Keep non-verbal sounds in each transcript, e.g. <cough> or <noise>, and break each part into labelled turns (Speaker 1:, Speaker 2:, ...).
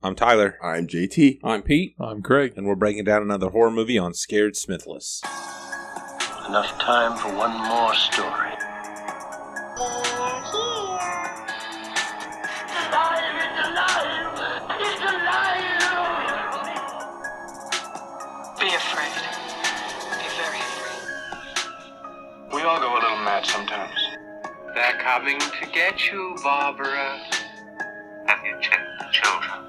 Speaker 1: I'm Tyler.
Speaker 2: I'm JT.
Speaker 1: I'm Pete.
Speaker 3: I'm Craig.
Speaker 1: And we're breaking down another horror movie on Scared Smithless.
Speaker 4: Enough time for one more story.
Speaker 5: They're here.
Speaker 4: It's alive! It's alive! It's alive!
Speaker 6: Be afraid. Be very afraid.
Speaker 4: We all go a little mad sometimes.
Speaker 7: They're coming to get you, Barbara. Have you checked the children?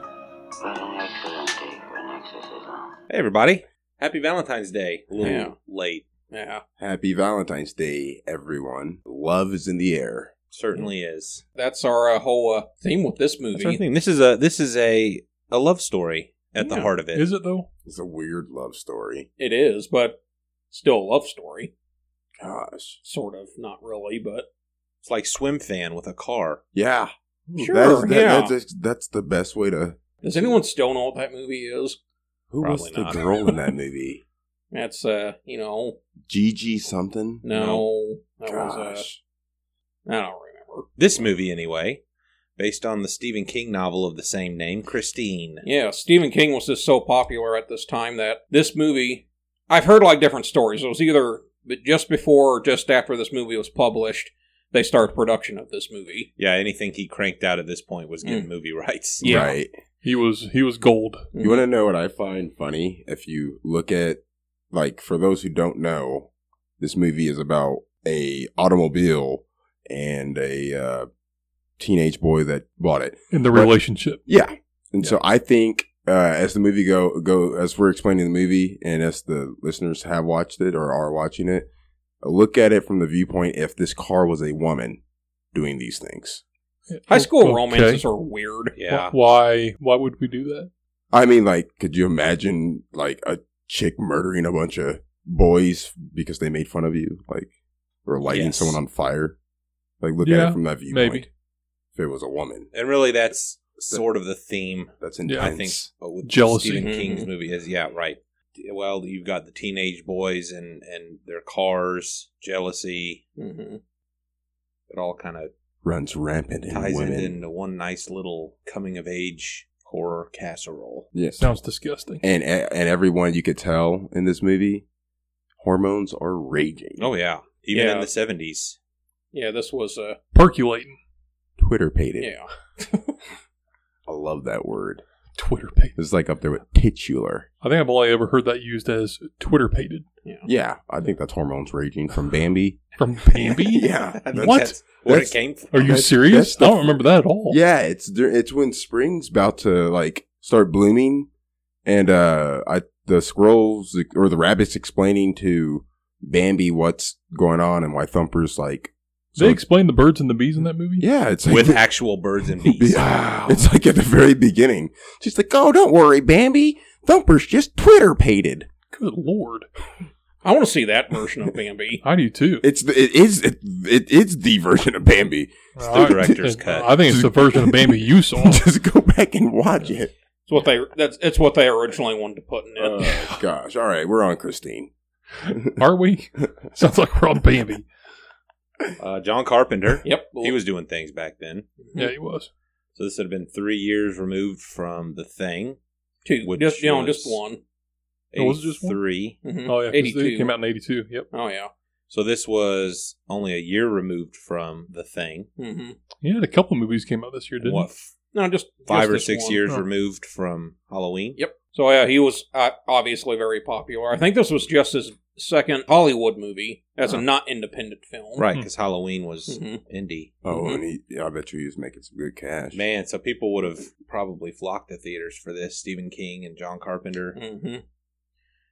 Speaker 4: But an excellent day for an exorcism.
Speaker 1: Hey, everybody. Happy Valentine's Day. A little
Speaker 2: Yeah.
Speaker 1: late.
Speaker 3: Yeah,
Speaker 2: Happy Valentine's Day, everyone. Love is in the air.
Speaker 1: Certainly is.
Speaker 3: that's our uh, whole uh, theme with this movie.
Speaker 1: That's our thing. This is a this is a a love story at the
Speaker 3: Yeah.
Speaker 1: heart of it.
Speaker 8: Is it though?
Speaker 2: It's a weird love story.
Speaker 3: It is, but still a love story,
Speaker 2: Gosh.
Speaker 3: sort of. Not really, but
Speaker 1: It's like Swim Fan with a car.
Speaker 2: Yeah.
Speaker 3: sure.
Speaker 2: That's, that-
Speaker 3: yeah.
Speaker 2: that's, that's the best way to.
Speaker 3: Does anyone still know what that movie is?
Speaker 2: Who was
Speaker 1: Probably
Speaker 2: the
Speaker 1: not.
Speaker 2: girl in that movie?
Speaker 3: That's uh, you know,
Speaker 2: Gigi something?
Speaker 3: no, that was
Speaker 2: Gosh.
Speaker 3: uh, I don't remember.
Speaker 1: This movie, anyway, based on the Stephen King novel of the same name, Christine.
Speaker 3: Yeah, Stephen King was just so popular at this time that this movie, I've heard like different stories. It was either but just before or just after this movie was published, they started production of this movie.
Speaker 1: Yeah, anything he cranked out at this point was getting movie <laughs> rights.
Speaker 3: Yeah.
Speaker 2: Right.
Speaker 8: He was he was gold.
Speaker 2: You want to know what I find funny? If you look at, like, for those who don't know, this movie is about a automobile and a uh, teenage boy that bought it.
Speaker 8: In the
Speaker 2: But-
Speaker 8: relationship.
Speaker 2: Yeah, and so I think uh, as the movie go go as we're explaining the movie and as the listeners have watched it or are watching it, look at it from the viewpoint if this car was a woman doing these things.
Speaker 3: High school
Speaker 8: Oh, Okay.
Speaker 3: romances are weird.
Speaker 1: Yeah.
Speaker 8: Wh- Why why would we do that?
Speaker 2: I mean, like, could you imagine like a chick murdering a bunch of boys because they made fun of you, like, or lighting
Speaker 1: Yes.
Speaker 2: someone on fire? Like, look at
Speaker 8: Yeah,
Speaker 2: it from that viewpoint.
Speaker 8: maybe.
Speaker 2: If it was a woman,
Speaker 1: And really, that's sort of the theme,
Speaker 2: that's
Speaker 8: Yeah.
Speaker 2: intense.
Speaker 1: I think, but with
Speaker 8: Jealousy.
Speaker 1: Stephen King's
Speaker 3: Mhm.
Speaker 1: movie is yeah, right. Well, you've got the teenage boys and and their cars, jealousy.
Speaker 3: hmm
Speaker 1: It all kind of
Speaker 2: runs rampant in
Speaker 1: ties
Speaker 2: women.
Speaker 1: it into one nice little coming of age horror casserole.
Speaker 2: yes.
Speaker 8: Sounds disgusting.
Speaker 2: and and everyone you could tell in this movie, hormones are raging.
Speaker 1: Oh yeah, even in
Speaker 3: Yeah.
Speaker 1: the seventies.
Speaker 3: Yeah, this was uh,
Speaker 8: Percolating.
Speaker 2: Twitter pated.
Speaker 3: yeah.
Speaker 2: I love that word.
Speaker 8: Twitter pated.
Speaker 2: It's like up there with titular.
Speaker 8: I think I've only ever heard that used as Twitter pated.
Speaker 2: Yeah, I think that's hormones raging from Bambi.
Speaker 8: From
Speaker 2: <laughs>
Speaker 8: Bambi?
Speaker 2: yeah,
Speaker 1: I think <laughs>
Speaker 8: What?
Speaker 1: That's where
Speaker 2: That's-
Speaker 1: it came from.
Speaker 8: Are you
Speaker 2: That's-
Speaker 8: serious?
Speaker 2: that's the-
Speaker 8: I don't remember that at all.
Speaker 2: yeah. It's dur- it's when spring's about to like start blooming, and uh, I the squirrels or the rabbits explaining to Bambi what's going on and why Thumper's like.
Speaker 8: Did they explain the birds and the bees in that movie?
Speaker 2: yeah, it's like
Speaker 1: with actual birds
Speaker 8: <laughs>
Speaker 1: and bees?
Speaker 2: <laughs> Yeah. <laughs> It's like at the very beginning. She's like, oh, don't worry, Bambi. Thumper's just Twitter pated.
Speaker 8: Good lord.
Speaker 3: I want to see that version of
Speaker 8: <laughs>
Speaker 3: Bambi.
Speaker 8: I do too.
Speaker 2: It's the, it is it, it is the version of Bambi. <laughs>
Speaker 1: It's the director's
Speaker 8: I,
Speaker 1: cut.
Speaker 8: I think it's the version of Bambi you saw.
Speaker 2: just go back and watch it.
Speaker 3: It's what they that's it's what they originally wanted to put in it.
Speaker 2: Oh gosh! All right, we're on Christine.
Speaker 8: Are we? Sounds like we're on Bambi.
Speaker 1: Uh, John Carpenter.
Speaker 3: yep,
Speaker 1: He was doing things back then.
Speaker 8: Yeah, he was.
Speaker 1: So this would have been three years removed from the thing.
Speaker 3: two.
Speaker 1: which
Speaker 3: Just you know,
Speaker 1: was-
Speaker 3: just one.
Speaker 1: It
Speaker 8: Oh, was it just one?
Speaker 1: three.
Speaker 3: Mhm.
Speaker 8: Oh yeah, 'cause
Speaker 3: eighty-two.
Speaker 8: it came out in eighty two. Yep.
Speaker 3: Oh yeah.
Speaker 1: So this was only a year removed from the thing.
Speaker 3: hmm
Speaker 8: He had a couple movies came out this year,
Speaker 1: And
Speaker 8: didn't?
Speaker 1: what
Speaker 8: he?
Speaker 1: f-
Speaker 3: No, just
Speaker 1: five
Speaker 3: just
Speaker 1: or
Speaker 3: this
Speaker 1: six
Speaker 3: one.
Speaker 1: years
Speaker 8: Oh.
Speaker 1: removed from Halloween?
Speaker 3: Yep. So yeah, he was uh, obviously very popular. I think this was just his second Hollywood movie as a not independent film.
Speaker 1: Right,
Speaker 8: Mhm.
Speaker 1: because Halloween was
Speaker 3: hmm
Speaker 1: indie.
Speaker 2: Oh,
Speaker 3: Mhm.
Speaker 2: and he, yeah, I bet you he was making some good cash.
Speaker 1: Man, so people would have probably flocked to theaters for this. Stephen King and John Carpenter
Speaker 3: hmm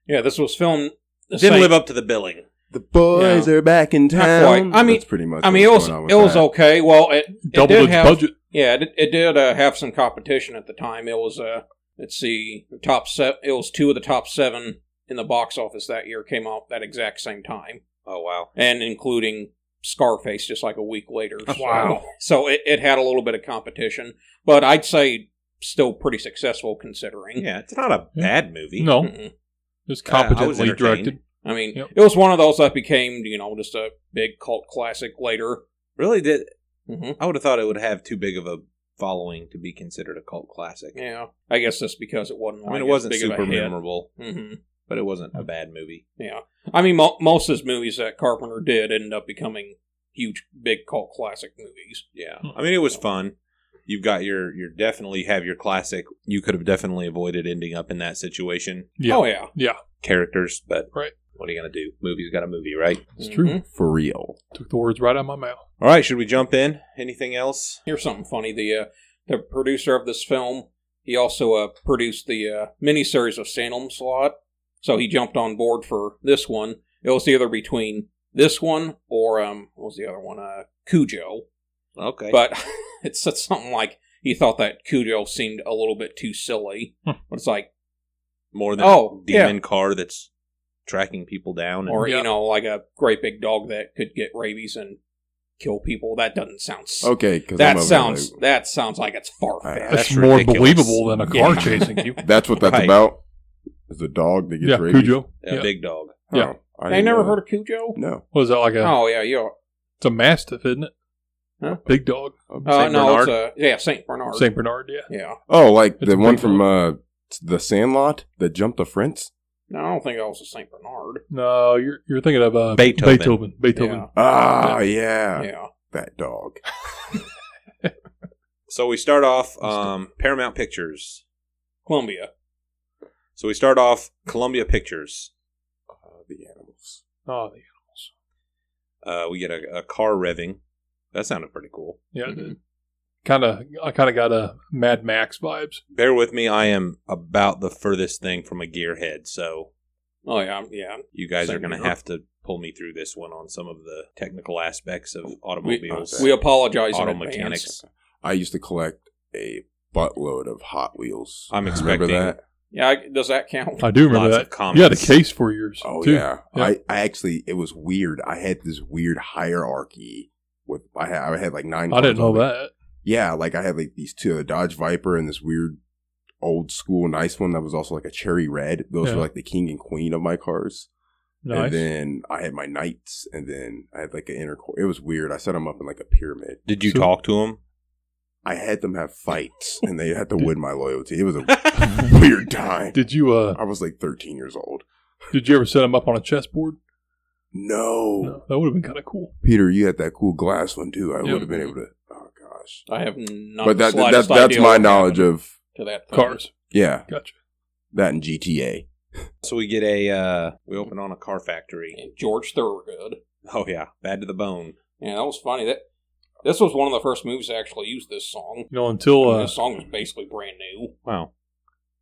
Speaker 3: Yeah, this was filmed. the
Speaker 1: didn't
Speaker 3: same-
Speaker 1: live up to the billing.
Speaker 2: the boys are back in
Speaker 3: Not quite.
Speaker 2: town.
Speaker 3: I mean-
Speaker 2: That's pretty much.
Speaker 3: I mean, it
Speaker 2: what's
Speaker 3: was
Speaker 2: going on
Speaker 3: it
Speaker 2: with
Speaker 3: was
Speaker 2: that.
Speaker 3: okay. Well, it, it
Speaker 8: Doubled
Speaker 3: did
Speaker 8: its
Speaker 3: have,
Speaker 8: budget.
Speaker 3: Yeah, it, it did uh, have some competition at the time. It was uh, let's see, the top set. It was two of the top seven in the box office that year came out that exact same time,
Speaker 1: Oh, wow.
Speaker 3: and including Scarface just like a week later. So-
Speaker 8: Wow.
Speaker 3: So it, it had a little bit of competition, but I'd say still pretty successful considering.
Speaker 1: Yeah, it's not a
Speaker 8: Yeah.
Speaker 1: bad movie.
Speaker 8: No, it
Speaker 3: Mhm.
Speaker 8: was
Speaker 1: Uh, I was
Speaker 8: competently
Speaker 1: entertained.
Speaker 8: directed.
Speaker 3: I mean,
Speaker 8: Yep.
Speaker 3: it was one of those that became you know just a big cult classic later.
Speaker 1: Really, did
Speaker 3: hmm
Speaker 1: I would have thought it would have too big of a following to be considered a cult classic.
Speaker 3: Yeah, I guess that's because it wasn't.
Speaker 1: I mean,
Speaker 3: like,
Speaker 1: it
Speaker 3: as
Speaker 1: wasn't
Speaker 3: big of a
Speaker 1: super
Speaker 3: hit.
Speaker 1: memorable,
Speaker 3: hmm
Speaker 1: but it wasn't a bad movie.
Speaker 3: Yeah, I mean, mo- most of his movies that Carpenter did ended up becoming huge, big cult classic movies.
Speaker 1: Yeah,
Speaker 3: Mm-hmm.
Speaker 1: I mean, it was fun. You've got your, your definitely have your classic. You could have definitely avoided ending up in that situation,
Speaker 8: Yeah.
Speaker 3: Oh yeah,
Speaker 8: yeah.
Speaker 1: characters, but
Speaker 8: Right.
Speaker 1: what are you gonna do? Movie's got a movie, right?
Speaker 8: It's true.
Speaker 3: Mhm.
Speaker 2: for real.
Speaker 8: Took the words right out of my mouth.
Speaker 1: All right, should we jump in? Anything else?
Speaker 3: Here's something funny. The uh, the producer of this film, he also uh, produced the uh, miniseries of Salem's Lot, so he jumped on board for this one. It was either between this one or um, what was the other one? Uh, Cujo.
Speaker 1: Okay,
Speaker 3: But <laughs> it's, it's something like he thought that Cujo seemed a little bit too silly.
Speaker 8: Hmm.
Speaker 3: But it's like,
Speaker 1: more than
Speaker 3: Oh,
Speaker 1: a demon car that's tracking people down. And,
Speaker 3: or
Speaker 8: Yeah.
Speaker 3: you know, like a great big dog that could get rabies and kill people. That doesn't sound. s-
Speaker 2: Okay, because
Speaker 3: that sounds. that sounds like it's far
Speaker 2: Alright,
Speaker 3: fetched.
Speaker 8: That's,
Speaker 1: That's
Speaker 8: more
Speaker 1: ridiculous.
Speaker 8: believable than a car
Speaker 3: Yeah.
Speaker 8: chasing you.
Speaker 2: that's what that's
Speaker 1: Right.
Speaker 2: about. Is a dog that gets
Speaker 8: yeah,
Speaker 2: rabies?
Speaker 8: Cujo.
Speaker 1: a
Speaker 8: Yeah.
Speaker 1: big dog.
Speaker 2: Oh,
Speaker 8: Yeah.
Speaker 2: I
Speaker 3: I
Speaker 2: didn't
Speaker 3: never
Speaker 2: know
Speaker 3: heard
Speaker 2: that.
Speaker 3: of Cujo.
Speaker 2: No.
Speaker 8: What is that like a?
Speaker 3: Oh yeah, you.
Speaker 8: It's a mastiff, isn't it?
Speaker 3: Huh?
Speaker 8: Big dog.
Speaker 3: Oh
Speaker 1: Saint
Speaker 3: no,
Speaker 1: Bernard?
Speaker 3: it's a yeah Saint Bernard.
Speaker 8: Saint Bernard. Yeah.
Speaker 3: Yeah.
Speaker 2: Oh, like
Speaker 8: It's
Speaker 2: the
Speaker 8: a
Speaker 2: one
Speaker 8: big
Speaker 2: from uh, the Sandlot that jumped the fence.
Speaker 3: No, I don't think that was a Saint Bernard.
Speaker 8: No, you're you're thinking of uh,
Speaker 1: Beethoven.
Speaker 8: Beethoven. Beethoven.
Speaker 2: Ah, yeah,
Speaker 3: Yeah. yeah.
Speaker 2: that dog.
Speaker 1: So we start off um, Paramount Pictures.
Speaker 3: Columbia.
Speaker 1: So we start off Columbia Pictures.
Speaker 2: Uh, the animals.
Speaker 8: Oh, yeah.
Speaker 1: Uh, we get a, a car revving. That sounded pretty cool.
Speaker 8: yeah. Kind of. I kind of got a Mad Max vibes.
Speaker 1: Bear with me, I am about the furthest thing from a gearhead, so
Speaker 3: Oh yeah, yeah.
Speaker 1: you guys
Speaker 3: Same
Speaker 1: are going
Speaker 3: here.
Speaker 1: to have to pull me through this one on some of the technical aspects of
Speaker 3: We,
Speaker 1: automobiles,
Speaker 3: we apologize.
Speaker 1: auto
Speaker 3: in advance.
Speaker 1: mechanics.
Speaker 2: I used to collect a buttload of Hot Wheels.
Speaker 1: I'm
Speaker 2: Remember
Speaker 1: expecting
Speaker 2: that?
Speaker 3: Yeah, I, does that count?
Speaker 8: I do remember
Speaker 1: Lots of
Speaker 8: that.
Speaker 1: comments.
Speaker 8: you had a case for yours.
Speaker 2: Oh
Speaker 8: too.
Speaker 2: yeah. I, I actually it was weird. I had this weird hierarchy with I had, I had like nine.
Speaker 8: I didn't
Speaker 2: cars on me.
Speaker 8: know that.
Speaker 2: Yeah, like I had like these two, a Dodge Viper and this weird old school nice one that was also like a cherry red. Those
Speaker 8: Yeah.
Speaker 2: were like the king and queen of my cars.
Speaker 8: Nice.
Speaker 2: And then I had my knights, and then I had like an inner core. It was weird. I set them up in like a pyramid.
Speaker 1: Did you
Speaker 8: So-
Speaker 1: talk to him?
Speaker 2: I had them have fights, and they had to win my loyalty. It was
Speaker 3: <laughs>
Speaker 2: a <laughs>
Speaker 1: I
Speaker 2: weird time.
Speaker 8: <laughs> Did you uh?
Speaker 2: I was like 13 years old.
Speaker 8: Did you ever set them up on a chessboard?
Speaker 2: No.
Speaker 8: No, that would have been kind of cool.
Speaker 2: Peter, you had that cool glass one too. I
Speaker 8: Yeah.
Speaker 2: would have been able to. Oh gosh.
Speaker 3: <laughs> I have not.
Speaker 2: but that,
Speaker 3: the
Speaker 2: that,
Speaker 3: slightest
Speaker 2: that's
Speaker 3: idea
Speaker 2: my
Speaker 3: what
Speaker 2: knowledge
Speaker 3: happened
Speaker 2: of
Speaker 3: to that thing.
Speaker 8: Cars.
Speaker 2: yeah
Speaker 8: Gotcha.
Speaker 2: that and GTA.
Speaker 1: So we get a uh, we open on a car factory.
Speaker 3: And George Thorogood.
Speaker 1: Oh yeah, bad to the bone.
Speaker 3: Yeah, that was funny. That this was one of the first movies to actually use this song.
Speaker 8: You know, until uh,
Speaker 3: this song was basically brand new.
Speaker 1: Wow,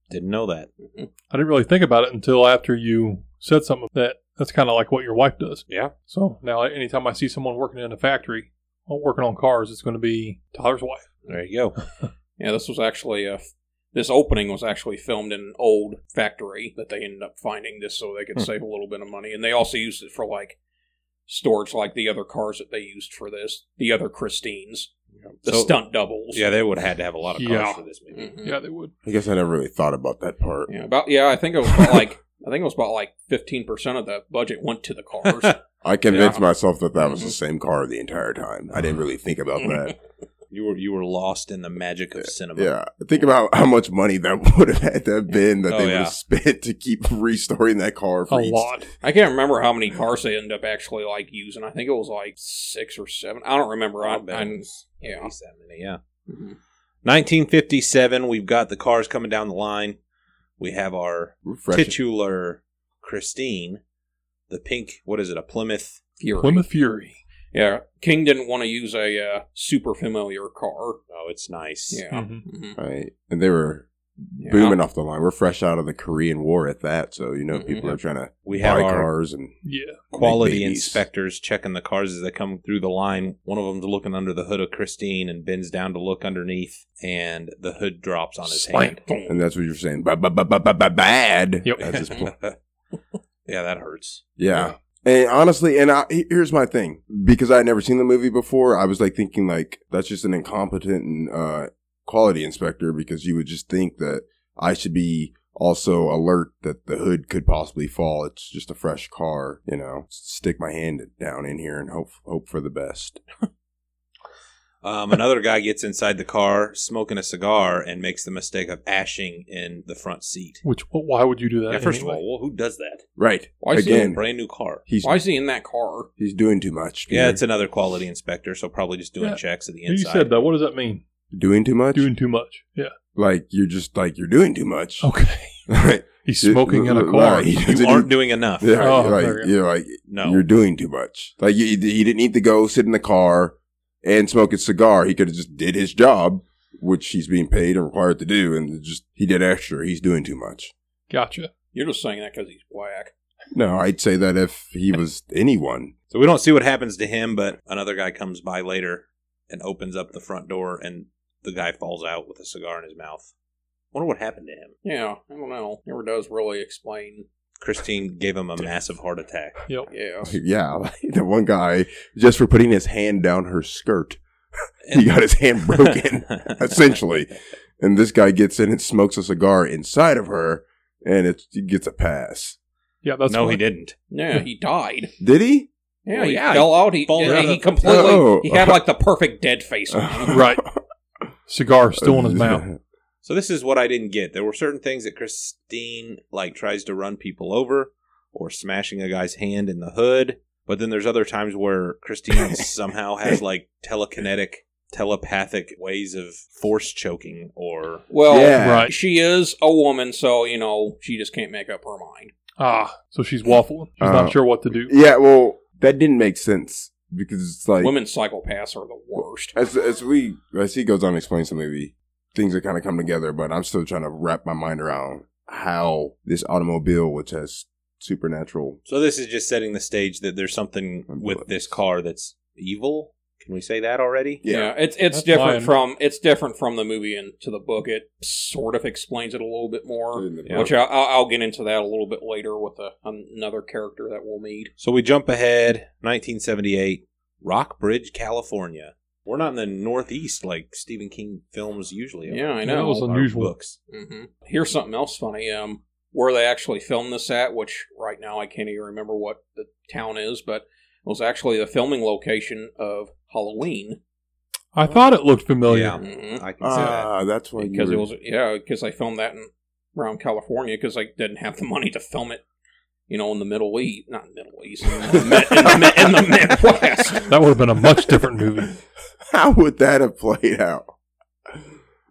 Speaker 1: didn't know that.
Speaker 8: I didn't really think about it until after you said something that that's kind of like what your wife does.
Speaker 1: Yeah.
Speaker 8: So now, anytime I see someone working in a factory, or working on cars, it's going to be Tyler's wife.
Speaker 1: There you go.
Speaker 8: <laughs>
Speaker 3: Yeah, this was actually uh, this opening was actually filmed in an old factory that they ended up finding this so they could
Speaker 1: Hmm.
Speaker 3: save a little bit of money, and they also used it for like storage, like the other cars that they used for this, the other Christines, the
Speaker 1: So-
Speaker 3: stunt doubles.
Speaker 1: Yeah, they would have had to have a lot of cars
Speaker 8: Yeah.
Speaker 1: for this movie.
Speaker 3: Mhm.
Speaker 8: Yeah, they would.
Speaker 2: I guess I never really thought about that part.
Speaker 3: yeah, about yeah. I think it was about like I think it was about like fifteen percent of the budget went to
Speaker 1: <laughs>
Speaker 3: the cars.
Speaker 2: I convinced
Speaker 3: Yeah. Mm-hmm.
Speaker 2: myself that that was the
Speaker 3: Mhm.
Speaker 2: same car the entire time. I didn't really think about that.
Speaker 1: You were you were lost in the magic of cinema.
Speaker 2: yeah, think about how much money that <laughs> would have had to have been that
Speaker 1: Oh,
Speaker 2: they would
Speaker 1: yeah.
Speaker 2: have spent to keep <laughs> restoring that car
Speaker 8: A
Speaker 2: for each-
Speaker 8: lot.
Speaker 3: I can't remember how many cars they ended up actually like using. I think it was like six or seven. I don't remember. I,
Speaker 1: Not bad.
Speaker 3: I- yeah.
Speaker 1: At least that many, yeah. 1957. We've got the cars coming down the line. We have our
Speaker 2: Refreshing.
Speaker 1: titular Christine, the pink. What is it? A Plymouth?
Speaker 3: Fury.
Speaker 8: Plymouth Fury.
Speaker 3: Yeah, King didn't want to use a uh, super familiar car.
Speaker 1: Oh, it's nice.
Speaker 3: Yeah.
Speaker 8: Mhm.
Speaker 1: Mm-hmm.
Speaker 3: hmm
Speaker 2: right? And they were
Speaker 3: Yeah.
Speaker 2: booming off the line. We're fresh out of the Korean War at that, so you know
Speaker 3: Mhm.
Speaker 2: people are trying to
Speaker 1: Mm-hmm. We have
Speaker 2: buy
Speaker 1: our
Speaker 2: cars and
Speaker 8: Yeah.
Speaker 1: quality
Speaker 2: babies.
Speaker 1: inspectors checking the cars as they come through the line. One of them's looking under the hood of Christine and bends down to look underneath, and the hood drops on his hand.
Speaker 8: Slam.
Speaker 2: and that's what you're saying. Ba- ba- ba- ba- ba- ba- Bad.
Speaker 8: Yep.
Speaker 2: That's his point.
Speaker 1: <laughs> yeah, that hurts.
Speaker 2: Yeah. And honestly, and I, he- here's my thing because I had never seen the movie before. I was like thinking like that's just an incompetent uh, quality inspector because you would just think that I should be also alert that the hood could possibly fall. It's just a fresh car, you know. Stick my hand down in here and hope hope for the best.
Speaker 1: Um, another guy gets inside the car smoking a cigar and makes the mistake of ashing in the front seat.
Speaker 8: Which wh- why would you do that?
Speaker 1: Yeah, first of
Speaker 8: anyway?
Speaker 1: all, well, who does that?
Speaker 2: Right.
Speaker 3: Why is he
Speaker 1: A
Speaker 2: Again,
Speaker 1: brand new car.
Speaker 2: he's
Speaker 3: Why is he in that car?
Speaker 2: he's doing too much.
Speaker 1: Yeah,
Speaker 2: Peter.
Speaker 1: it's another quality inspector, so probably just doing
Speaker 8: Yeah.
Speaker 1: checks at the
Speaker 8: you
Speaker 1: inside.
Speaker 8: said that. What does that mean?
Speaker 2: doing too much.
Speaker 8: Doing too much. Yeah.
Speaker 2: like you're just like you're doing too much.
Speaker 8: Okay.
Speaker 2: <laughs> Right.
Speaker 8: He's smoking in a
Speaker 2: <laughs>
Speaker 8: car.
Speaker 2: Right. He
Speaker 1: You
Speaker 2: didn't-
Speaker 1: aren't doing enough.
Speaker 2: <laughs> Yeah,
Speaker 8: Oh,
Speaker 2: you're like
Speaker 8: there you go.
Speaker 2: you're like
Speaker 1: No.
Speaker 2: you're doing too much. Like you, you didn't need to go sit in the car and smoke a cigar. He could have just did his job, which he's being paid and required to do, and just he did extra. He's doing too much.
Speaker 8: Gotcha.
Speaker 3: You're just saying that because he's black.
Speaker 2: No, I'd say that if he was anyone, <laughs>
Speaker 1: So we don't see what happens to him, but another guy comes by later and opens up the front door, and the guy falls out with a cigar in his mouth. Wonder what happened to him.
Speaker 3: Yeah, I don't know. Never does really explain.
Speaker 1: Christine gave him a massive heart attack.
Speaker 8: Yep.
Speaker 3: Yeah.
Speaker 2: yeah, like the one guy just for putting his hand down her skirt,
Speaker 1: And-
Speaker 2: <laughs> he got his hand
Speaker 1: <laughs>
Speaker 2: broken essentially, and this guy gets in and smokes a cigar inside of her, and it, it gets a pass.
Speaker 8: Yeah. That's
Speaker 1: no,
Speaker 8: fine.
Speaker 1: he didn't.
Speaker 3: Yeah, he died.
Speaker 2: Did he?
Speaker 3: Yeah,
Speaker 1: Well,
Speaker 3: he
Speaker 1: yeah,
Speaker 3: fell out. He,
Speaker 1: he falls
Speaker 3: yeah,
Speaker 1: out
Speaker 3: he
Speaker 1: of-
Speaker 3: completely.
Speaker 2: Oh.
Speaker 3: He had like the perfect dead face
Speaker 2: <laughs>
Speaker 3: on him.
Speaker 8: Right. Cigar still in his
Speaker 1: <laughs>
Speaker 8: mouth.
Speaker 1: So this is what I didn't get. There were certain things that Christine like tries to run people over or smashing a guy's hand in the hood, but then there's other times where Christine
Speaker 2: <laughs>
Speaker 1: somehow has like telekinetic telepathic ways of force choking or
Speaker 3: Well,
Speaker 2: Yeah.
Speaker 8: Right.
Speaker 3: Uh, she is a woman, so, you know, she just can't make up her mind.
Speaker 8: Ah. So she's waffling. She's
Speaker 2: Uh,
Speaker 8: not sure what to do.
Speaker 2: Yeah, well, that didn't make sense because it's like
Speaker 3: Women psychopaths are the worst.
Speaker 2: as as we as he goes on to explain some movie, things that kind of come together. But I'm still trying to wrap my mind around how this automobile, which has supernatural,
Speaker 1: So this is just setting the stage that there's something with this car that's evil. Can we say that already?
Speaker 3: Yeah,
Speaker 2: yeah,
Speaker 3: it's it's
Speaker 8: That's
Speaker 3: different
Speaker 8: fine.
Speaker 3: from it's different from the movie and to the book. It sort of explains it a little bit more,
Speaker 1: Yeah.
Speaker 3: which I, I'll, I'll get into that a little bit later with a, another character that we'll meet.
Speaker 1: So we jump ahead, 1978, Rockbridge, California. We're not in the Northeast like Stephen King films usually are.
Speaker 3: Yeah, I
Speaker 8: Yeah,
Speaker 3: know.
Speaker 8: that was
Speaker 1: Or
Speaker 8: unusual.
Speaker 1: Books.
Speaker 3: hmm Here's something else funny. Um, where they actually filmed this at, which right now I can't even remember what the town is, but it was actually the filming location of Halloween
Speaker 8: I thought it looked familiar.
Speaker 1: Yeah.
Speaker 3: Mhm.
Speaker 1: I can say that.
Speaker 2: ah, that's why
Speaker 3: because
Speaker 2: you
Speaker 3: it
Speaker 2: were-
Speaker 3: was yeah because they filmed that in, around California because they didn't have the money to film it. You know, in the Middle East, not Middle East, in the, Mi- in the, Mi-
Speaker 2: <laughs>
Speaker 3: in the Midwest.
Speaker 8: That would have been a much different movie.
Speaker 2: How would that have played out?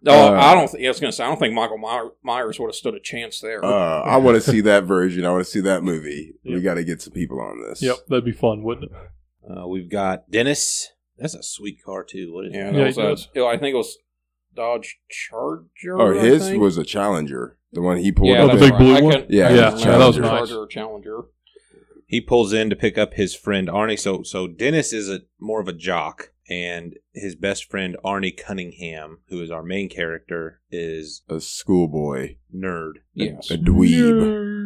Speaker 3: No,
Speaker 2: Uh,
Speaker 3: I don't. Th- yeah, I was gonna say I don't think Michael My- Myers would have stood a chance there.
Speaker 2: Uh, I want to see that version. I want to see that movie. We
Speaker 8: Yep.
Speaker 2: got to get some people on this.
Speaker 8: Yep. That'd be fun, wouldn't it?
Speaker 1: Uh, we've got Dennis. That's a sweet car too. What is
Speaker 3: yeah,
Speaker 1: it?
Speaker 3: that
Speaker 8: Yeah,
Speaker 3: was
Speaker 8: he
Speaker 3: a-
Speaker 8: does.
Speaker 3: yeah, I think it was Dodge Charger.
Speaker 2: Or
Speaker 3: I
Speaker 2: his
Speaker 3: think?
Speaker 2: was a Challenger, the one he pulled
Speaker 3: yeah,
Speaker 8: Oh,
Speaker 2: up.
Speaker 8: the
Speaker 3: that's
Speaker 2: in.
Speaker 8: big blue
Speaker 3: I
Speaker 8: one?
Speaker 3: couldn't-
Speaker 2: Yeah,
Speaker 3: I
Speaker 2: yeah,
Speaker 3: couldn't
Speaker 2: that
Speaker 3: remember
Speaker 2: was
Speaker 3: Charger
Speaker 8: nice.
Speaker 3: or Challenger.
Speaker 1: He pulls in to pick up his friend Arnie. So so Dennis is a more of a jock, and his best friend Arnie Cunningham, who is our main character, is
Speaker 2: A schoolboy,
Speaker 1: nerd.
Speaker 3: Yes,
Speaker 2: a dweeb.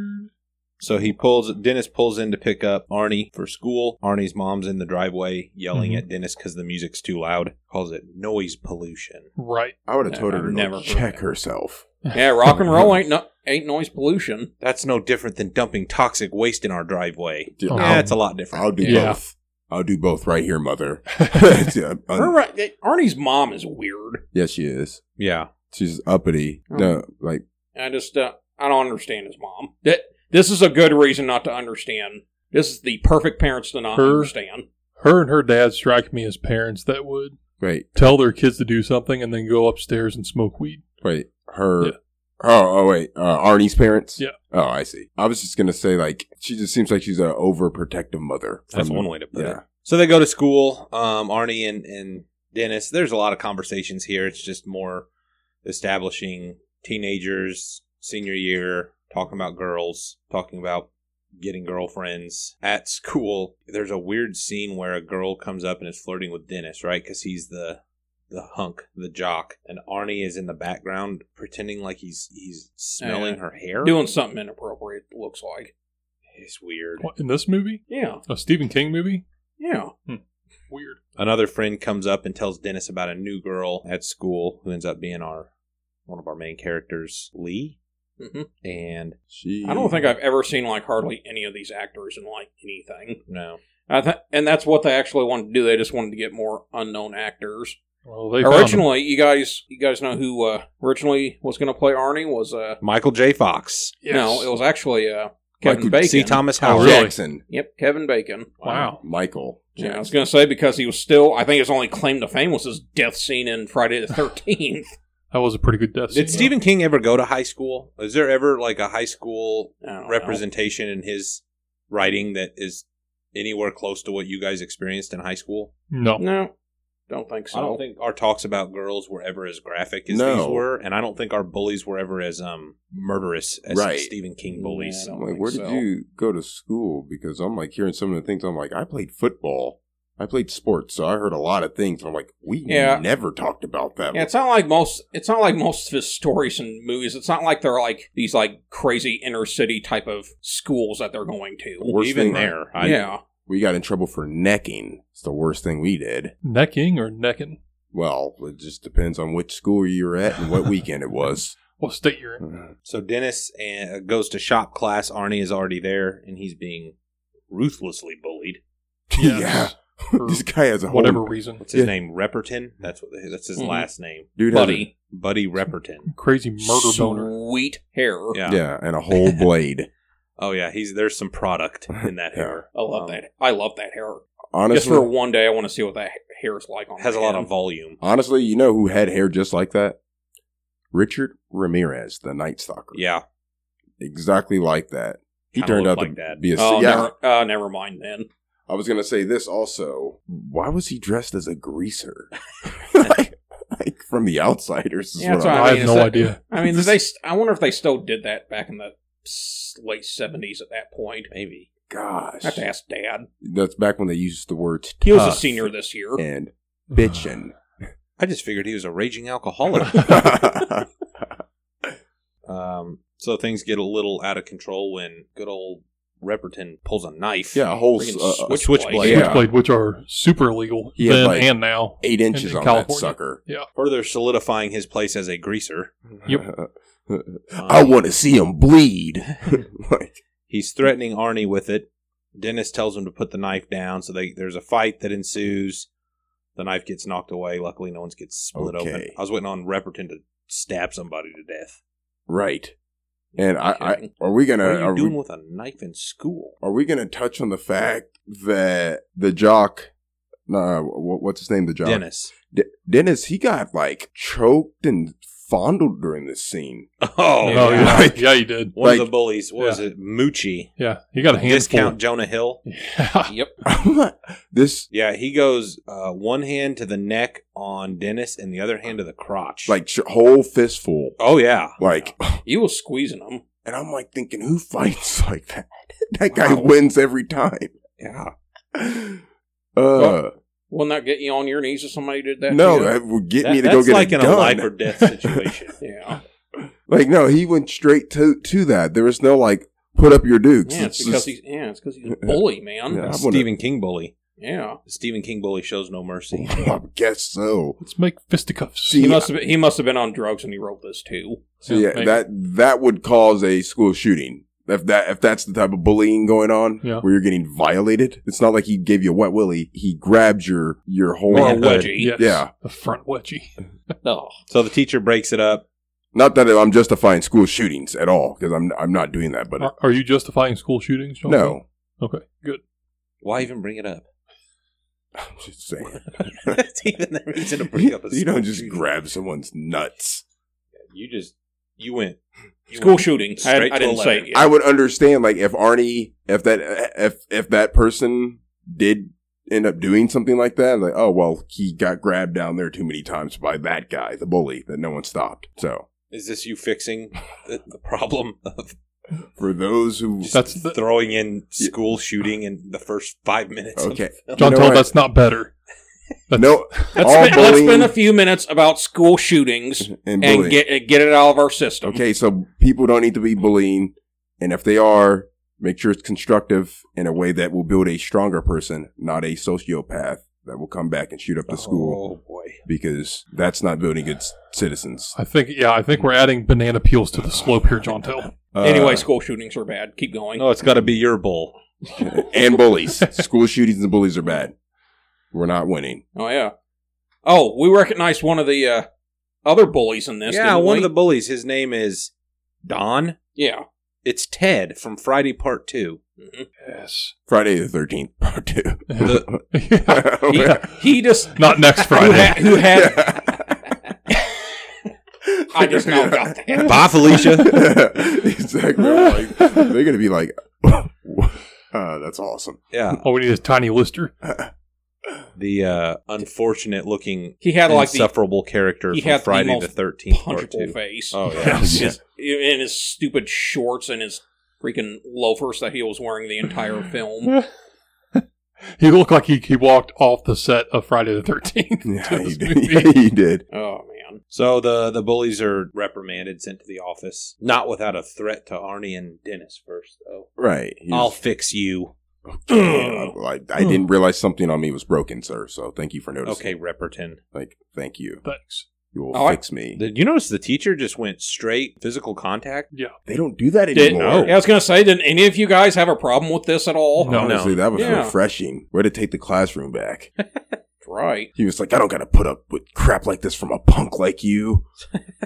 Speaker 1: So he pulls Dennis pulls in to pick up Arnie for school. Arnie's mom's in the driveway yelling
Speaker 8: Mhm.
Speaker 1: at Dennis because the music's too loud. Calls it noise pollution.
Speaker 8: Right.
Speaker 2: I would have told her
Speaker 3: I've
Speaker 2: to
Speaker 3: never
Speaker 2: never
Speaker 3: heard
Speaker 2: check
Speaker 3: that.
Speaker 2: herself.
Speaker 3: yeah, rock and
Speaker 2: <laughs>
Speaker 3: roll ain't no, ain't noise pollution.
Speaker 1: That's no different than dumping toxic waste in our driveway.
Speaker 2: Dude,
Speaker 8: Oh.
Speaker 1: Yeah,
Speaker 2: I'll,
Speaker 1: it's a lot different.
Speaker 2: I'll do
Speaker 8: Yeah.
Speaker 2: both. I'll do both right
Speaker 3: <laughs>
Speaker 2: here, mother. <laughs> yeah,
Speaker 3: Her,
Speaker 2: un-
Speaker 3: right- Arnie's mom is weird.
Speaker 2: yeah, she is.
Speaker 1: Yeah.
Speaker 2: She's uppity. No, like
Speaker 3: I just uh, I don't understand his mom. That this is a good reason not to understand. This is the perfect parents to not
Speaker 8: Her-
Speaker 3: understand.
Speaker 8: Her and her dad strike me as parents that would
Speaker 2: wait,
Speaker 8: tell their kids to do something and then go upstairs and smoke weed.
Speaker 2: wait. Her.
Speaker 8: Yeah.
Speaker 2: Oh, oh, wait. Uh, Arnie's parents.
Speaker 8: Yeah.
Speaker 2: Oh, I see. I was just gonna say like she just seems like she's an overprotective mother.
Speaker 1: That's
Speaker 2: From-
Speaker 1: one way to put it.
Speaker 2: Yeah.
Speaker 1: Um, So they go to school. Um, Arnie and, and Dennis, there's a lot of conversations here. It's just more establishing teenagers, senior year, talking about girls, talking about getting girlfriends at school. There's a weird scene where a girl comes up and is flirting with Dennis, right? Because he's the the hunk, the jock, and Arnie is in the background pretending like he's he's smelling
Speaker 3: Yeah.
Speaker 1: her hair.
Speaker 3: Doing something inappropriate it looks like.
Speaker 1: it's weird.
Speaker 8: What, in this movie?
Speaker 3: Yeah,
Speaker 8: A Stephen King movie?
Speaker 3: yeah.
Speaker 8: Weird.
Speaker 1: another friend comes up and tells Dennis about a new girl at school who ends up being our one of our main characters, Lee. Mm-hmm.
Speaker 3: hmm
Speaker 1: And
Speaker 2: She.
Speaker 3: I don't think I've ever seen like hardly any of these actors in like anything.
Speaker 1: no,
Speaker 3: I th- and that's what they actually wanted to do. They just wanted to get more unknown actors.
Speaker 8: Well, they found him.
Speaker 3: originally, you guys, you guys know who uh, originally was going to play Arnie was uh,
Speaker 1: Michael J. Fox.
Speaker 8: Yes.
Speaker 3: no, it was actually uh, Kevin
Speaker 2: Michael
Speaker 3: Bacon.
Speaker 1: See Thomas
Speaker 8: Oh,
Speaker 1: Howard.
Speaker 8: really?
Speaker 2: Jackson.
Speaker 3: Yep, Kevin Bacon.
Speaker 8: Wow.
Speaker 2: Michael.
Speaker 3: Yeah, I was going to say because he was still. I think his only claim to fame was his death scene in Friday
Speaker 1: <laughs>
Speaker 3: the Thirteenth.
Speaker 8: That was a pretty good death. scene,
Speaker 1: Did Stephen King ever go to high school? Is there ever like a high school representation in his writing that is anywhere close to what you guys experienced in high school?
Speaker 8: No.
Speaker 3: No, don't think so.
Speaker 1: I don't think our talks about girls were ever as graphic as
Speaker 2: No.
Speaker 1: these were, and I don't think our bullies were ever as um murderous as
Speaker 2: Right.
Speaker 1: Stephen King bullies.
Speaker 3: Yeah, I
Speaker 2: I'm
Speaker 3: don't
Speaker 2: like,
Speaker 3: think
Speaker 2: where
Speaker 3: so.
Speaker 2: did you go to school? Because I'm like hearing some of the things. I'm like, I played football. I played sports, so I heard a lot of things. I'm like, we
Speaker 3: Yeah.
Speaker 2: never talked about that.
Speaker 3: Yeah, it's not like most. It's not like most of his stories and movies. It's not like they're like these like crazy inner city type of schools that they're going to.
Speaker 2: Worst
Speaker 1: Even
Speaker 2: thing-
Speaker 1: there, I,
Speaker 3: Yeah,
Speaker 2: we got in trouble for necking. It's the worst thing we did.
Speaker 8: Necking or necking?
Speaker 2: Well, it just depends on which school you were at and what weekend it was.
Speaker 8: Well, state you're in.
Speaker 1: So Dennis uh, goes to shop class. Arnie is already there, and he's being ruthlessly bullied.
Speaker 2: <laughs> yeah, <laughs>
Speaker 8: For
Speaker 2: this guy has a whole
Speaker 8: whatever reason.
Speaker 1: What's his
Speaker 2: Yeah.
Speaker 1: name? Repperton. That's what that's his
Speaker 3: Mhm.
Speaker 1: last name.
Speaker 2: dude has a-
Speaker 3: buddy,
Speaker 1: Buddy Repperton.
Speaker 8: Crazy murder boner.
Speaker 3: sweet hair.
Speaker 1: Yeah.
Speaker 2: yeah, and a whole blade.
Speaker 1: Oh yeah. He's there's some
Speaker 2: <laughs>
Speaker 1: product in that
Speaker 2: Yeah.
Speaker 1: hair.
Speaker 3: I love
Speaker 1: Um,
Speaker 3: that. I love that hair. Just
Speaker 2: Honestly,
Speaker 3: for one day, I want to see what that hair is like on.
Speaker 1: Has a
Speaker 3: my
Speaker 1: lot
Speaker 3: head.
Speaker 1: of volume.
Speaker 2: honestly, you know who had hair just like that? Richard Ramirez, the Night Stalker.
Speaker 1: Yeah.
Speaker 2: exactly like that. He
Speaker 1: Kinda
Speaker 2: turned out
Speaker 1: looked
Speaker 2: to
Speaker 1: like that.
Speaker 2: be a
Speaker 3: Oh,
Speaker 2: yeah.
Speaker 3: never, uh, never mind then.
Speaker 2: I was gonna say this also. Why was he dressed as a
Speaker 1: <laughs>
Speaker 2: greaser? like, like from the outsiders. is
Speaker 3: Yeah, that's
Speaker 2: what I'm-
Speaker 3: what
Speaker 8: I
Speaker 3: mean,
Speaker 8: have no
Speaker 3: it's a-
Speaker 8: idea.
Speaker 3: I
Speaker 2: <laughs>
Speaker 3: mean, did they. st- I wonder if they still did that back in the s- late seventies. At that point, maybe. I have
Speaker 2: Gosh,
Speaker 3: to ask Dad.
Speaker 2: that's back when they used the words
Speaker 3: He was a
Speaker 2: tough
Speaker 3: senior this year.
Speaker 2: and
Speaker 8: <sighs>
Speaker 1: <laughs>
Speaker 2: bitchin.
Speaker 1: I just figured he was a raging
Speaker 2: <laughs>
Speaker 1: alcoholic. um, so things get a little out of control when good old Repperton pulls a knife.
Speaker 2: yeah, a whole s-
Speaker 3: Freaking
Speaker 2: uh, uh,
Speaker 1: A switchblade.
Speaker 2: Yeah.
Speaker 8: Switchblade, which are super illegal
Speaker 2: He had,
Speaker 8: then
Speaker 2: like,
Speaker 8: and now.
Speaker 2: eight inches
Speaker 8: in
Speaker 2: on
Speaker 8: California.
Speaker 2: that sucker.
Speaker 1: Further solidifying his place as a greaser.
Speaker 8: Yep.
Speaker 2: <laughs> I
Speaker 1: Um,
Speaker 2: want to see him bleed. <laughs> like,
Speaker 1: He's threatening Arnie with it. Dennis tells him to put the knife down, so they, there's a fight that ensues. The knife gets knocked away. Luckily, no one's gets split open.
Speaker 2: Okay.
Speaker 1: I was waiting on Repperton to stab somebody to death.
Speaker 2: right. And I, I
Speaker 3: Okay.
Speaker 2: are we gonna
Speaker 1: what are you
Speaker 2: are we-
Speaker 1: doing with a knife in school?
Speaker 2: are we going to touch on the fact that the jock, uh, wh- what's his name, the jock?
Speaker 1: Dennis.
Speaker 2: De- Dennis, he got like choked and fondled during this scene. <laughs>
Speaker 1: Oh,
Speaker 8: Oh,
Speaker 1: yeah.
Speaker 8: yeah. yeah, you did.
Speaker 1: One of
Speaker 2: Like-
Speaker 1: the bullies, what was it? Moochie.
Speaker 8: Yeah, you got a handful.
Speaker 1: Discount Jonah Hill.
Speaker 8: <laughs> Yeah.
Speaker 3: Yep.
Speaker 2: I'm not- this
Speaker 1: Yeah, he goes uh, one hand to the neck on Dennis and the other hand to the crotch.
Speaker 2: like ch- whole fistful,
Speaker 1: oh yeah,
Speaker 2: like,
Speaker 3: He was squeezing them.
Speaker 2: and I'm like thinking, who fights <laughs> like that? that guy wins every time.
Speaker 1: yeah.
Speaker 2: Uh,
Speaker 3: Wouldn't that get you on your knees if somebody did that? to
Speaker 2: no,
Speaker 3: you? <laughs>
Speaker 2: that would get
Speaker 1: That-
Speaker 2: me to
Speaker 1: that's
Speaker 2: go get
Speaker 1: like
Speaker 2: a
Speaker 1: in
Speaker 2: gun.
Speaker 1: a life or
Speaker 2: <laughs>
Speaker 1: death situation.
Speaker 3: yeah.
Speaker 2: like, no, he went straight to to that. There was no like, put up your dukes.
Speaker 3: Yeah, it's
Speaker 2: It's
Speaker 3: because
Speaker 2: just-
Speaker 3: he's yeah, it's because
Speaker 2: <laughs>
Speaker 3: he's a bully, man.
Speaker 2: Yeah.
Speaker 3: Yeah.
Speaker 2: I
Speaker 1: That's
Speaker 2: wanna-
Speaker 1: Stephen King bully. The Stephen King bully shows no
Speaker 2: <laughs>
Speaker 1: mercy.
Speaker 2: I guess so.
Speaker 8: Let's make fisticuffs.
Speaker 2: See,
Speaker 3: He must have been, he must have been on drugs and he wrote this too.
Speaker 2: So yeah,
Speaker 8: maybe.
Speaker 2: that that would cause a school shooting. If that if that's the type of bullying going on,
Speaker 8: Yeah.
Speaker 2: where you're getting violated, it's not like he gave you a wet willy. He grabbed your your whole
Speaker 3: Or a
Speaker 2: head.
Speaker 3: wedgie.
Speaker 8: Yes,
Speaker 2: Yeah.
Speaker 8: The front wedgie.
Speaker 3: Oh.
Speaker 1: so the teacher breaks it up.
Speaker 2: Not that I'm justifying school shootings at all, because I'm I'm not doing that. But
Speaker 3: Uh,
Speaker 8: Are, are you justifying school shootings, John?
Speaker 2: no,
Speaker 8: Okay, good.
Speaker 1: Why even bring it up?
Speaker 2: I'm <laughs>
Speaker 1: <laughs>
Speaker 2: just saying.
Speaker 1: That's even the reason to bring up. A
Speaker 2: <laughs> you don't
Speaker 1: school
Speaker 2: just
Speaker 1: shooting.
Speaker 2: grab someone's nuts.
Speaker 1: You just you went you
Speaker 3: School
Speaker 1: went
Speaker 3: shooting. I,
Speaker 1: straight
Speaker 3: I
Speaker 1: to
Speaker 3: didn't say
Speaker 1: 11.
Speaker 3: it. yet.
Speaker 2: I would understand like if Arnie, if that if if that person did end up doing something like that, like oh well, he got grabbed down there too many times by that guy, the bully that no one stopped. So
Speaker 1: Is this you fixing the, the problem of
Speaker 2: for those who
Speaker 1: just
Speaker 8: That's the-
Speaker 1: throwing in school shooting in the first five minutes? of the
Speaker 2: Okay.
Speaker 1: film?
Speaker 8: John
Speaker 2: know
Speaker 8: told
Speaker 2: what?
Speaker 8: that's not better. <laughs> That's-
Speaker 2: no,
Speaker 3: Let's,
Speaker 2: all
Speaker 3: spend, let's
Speaker 2: bullying-
Speaker 3: spend a few minutes about school shootings
Speaker 2: and bullying.
Speaker 3: and get get it out of our system.
Speaker 2: okay, so people don't need to be bullying, and if they are, make sure it's constructive in a way that will build a stronger person, not a sociopath that will come back and shoot up the school
Speaker 1: Oh boy.
Speaker 2: because that's not building good c- citizens.
Speaker 8: I think, yeah, I think we're adding banana peels to the slope here, John Tell.
Speaker 2: Uh,
Speaker 3: Anyway, school shootings are bad. Keep going.
Speaker 1: No, it's got to be your bull.
Speaker 2: and bullies. School shootings and bullies are bad. We're not winning.
Speaker 3: Oh yeah. Oh, we recognized one of the uh, other bullies in this.
Speaker 1: yeah,
Speaker 3: didn't
Speaker 1: one
Speaker 3: we?
Speaker 1: of the bullies. His name is Don.
Speaker 3: Yeah.
Speaker 1: It's Ted from Friday Part Two.
Speaker 8: Yes.
Speaker 2: Friday the Thirteenth Part Two.
Speaker 3: <laughs>
Speaker 1: The-
Speaker 8: Oh, Yeah.
Speaker 3: He,
Speaker 2: <laughs>
Speaker 3: he
Speaker 8: <laughs>
Speaker 3: just
Speaker 8: Not next
Speaker 3: Uh, who
Speaker 8: Friday.
Speaker 3: had, who had <laughs> I just now got
Speaker 8: <laughs>
Speaker 3: that.
Speaker 1: Bye,
Speaker 2: <laughs>
Speaker 1: Felicia.
Speaker 2: exactly. I'm like, they're gonna be like, <laughs> uh, "That's awesome."
Speaker 1: <laughs> yeah,
Speaker 8: All we need is
Speaker 2: <laughs>
Speaker 8: Tiny Lister.
Speaker 1: the uh, unfortunate looking,
Speaker 3: He had like the
Speaker 1: insufferable character
Speaker 3: he
Speaker 1: from
Speaker 3: had the
Speaker 1: Friday the
Speaker 3: most
Speaker 1: Thirteenth Part
Speaker 3: punchable
Speaker 1: Two.
Speaker 3: <laughs> face.
Speaker 1: Oh yeah,
Speaker 8: Yes.
Speaker 3: His- in his stupid shorts and his freaking loafers that he was wearing the
Speaker 8: <laughs>
Speaker 3: entire film.
Speaker 8: He looked like he, he walked off the set of Friday the 13th.
Speaker 2: Yeah,
Speaker 8: to
Speaker 2: he
Speaker 8: this
Speaker 2: did.
Speaker 8: movie.
Speaker 2: Yeah, <laughs> he did.
Speaker 3: Oh man.
Speaker 1: So the the bullies are reprimanded, sent to the office, not without a threat to Arnie and Dennis first, though.
Speaker 2: Right. He
Speaker 1: I'll
Speaker 2: was-
Speaker 1: fix you.
Speaker 2: Yeah, like I didn't realize something on me was broken, sir. So thank you for noticing.
Speaker 1: Okay, Repperton.
Speaker 2: Like, thank you.
Speaker 8: Thanks.
Speaker 2: You will
Speaker 3: Oh, I-
Speaker 2: fix me.
Speaker 1: Did you notice the teacher just went straight physical contact?
Speaker 2: they don't do that
Speaker 3: Did,
Speaker 2: anymore.
Speaker 3: I was gonna say, did any of you guys have a problem with this at all?
Speaker 8: No.
Speaker 2: Honestly, that was
Speaker 3: Yeah.
Speaker 2: refreshing. Way to take the classroom back.
Speaker 3: Right.
Speaker 2: He was like, I don't gotta put up with crap like this from a punk like you.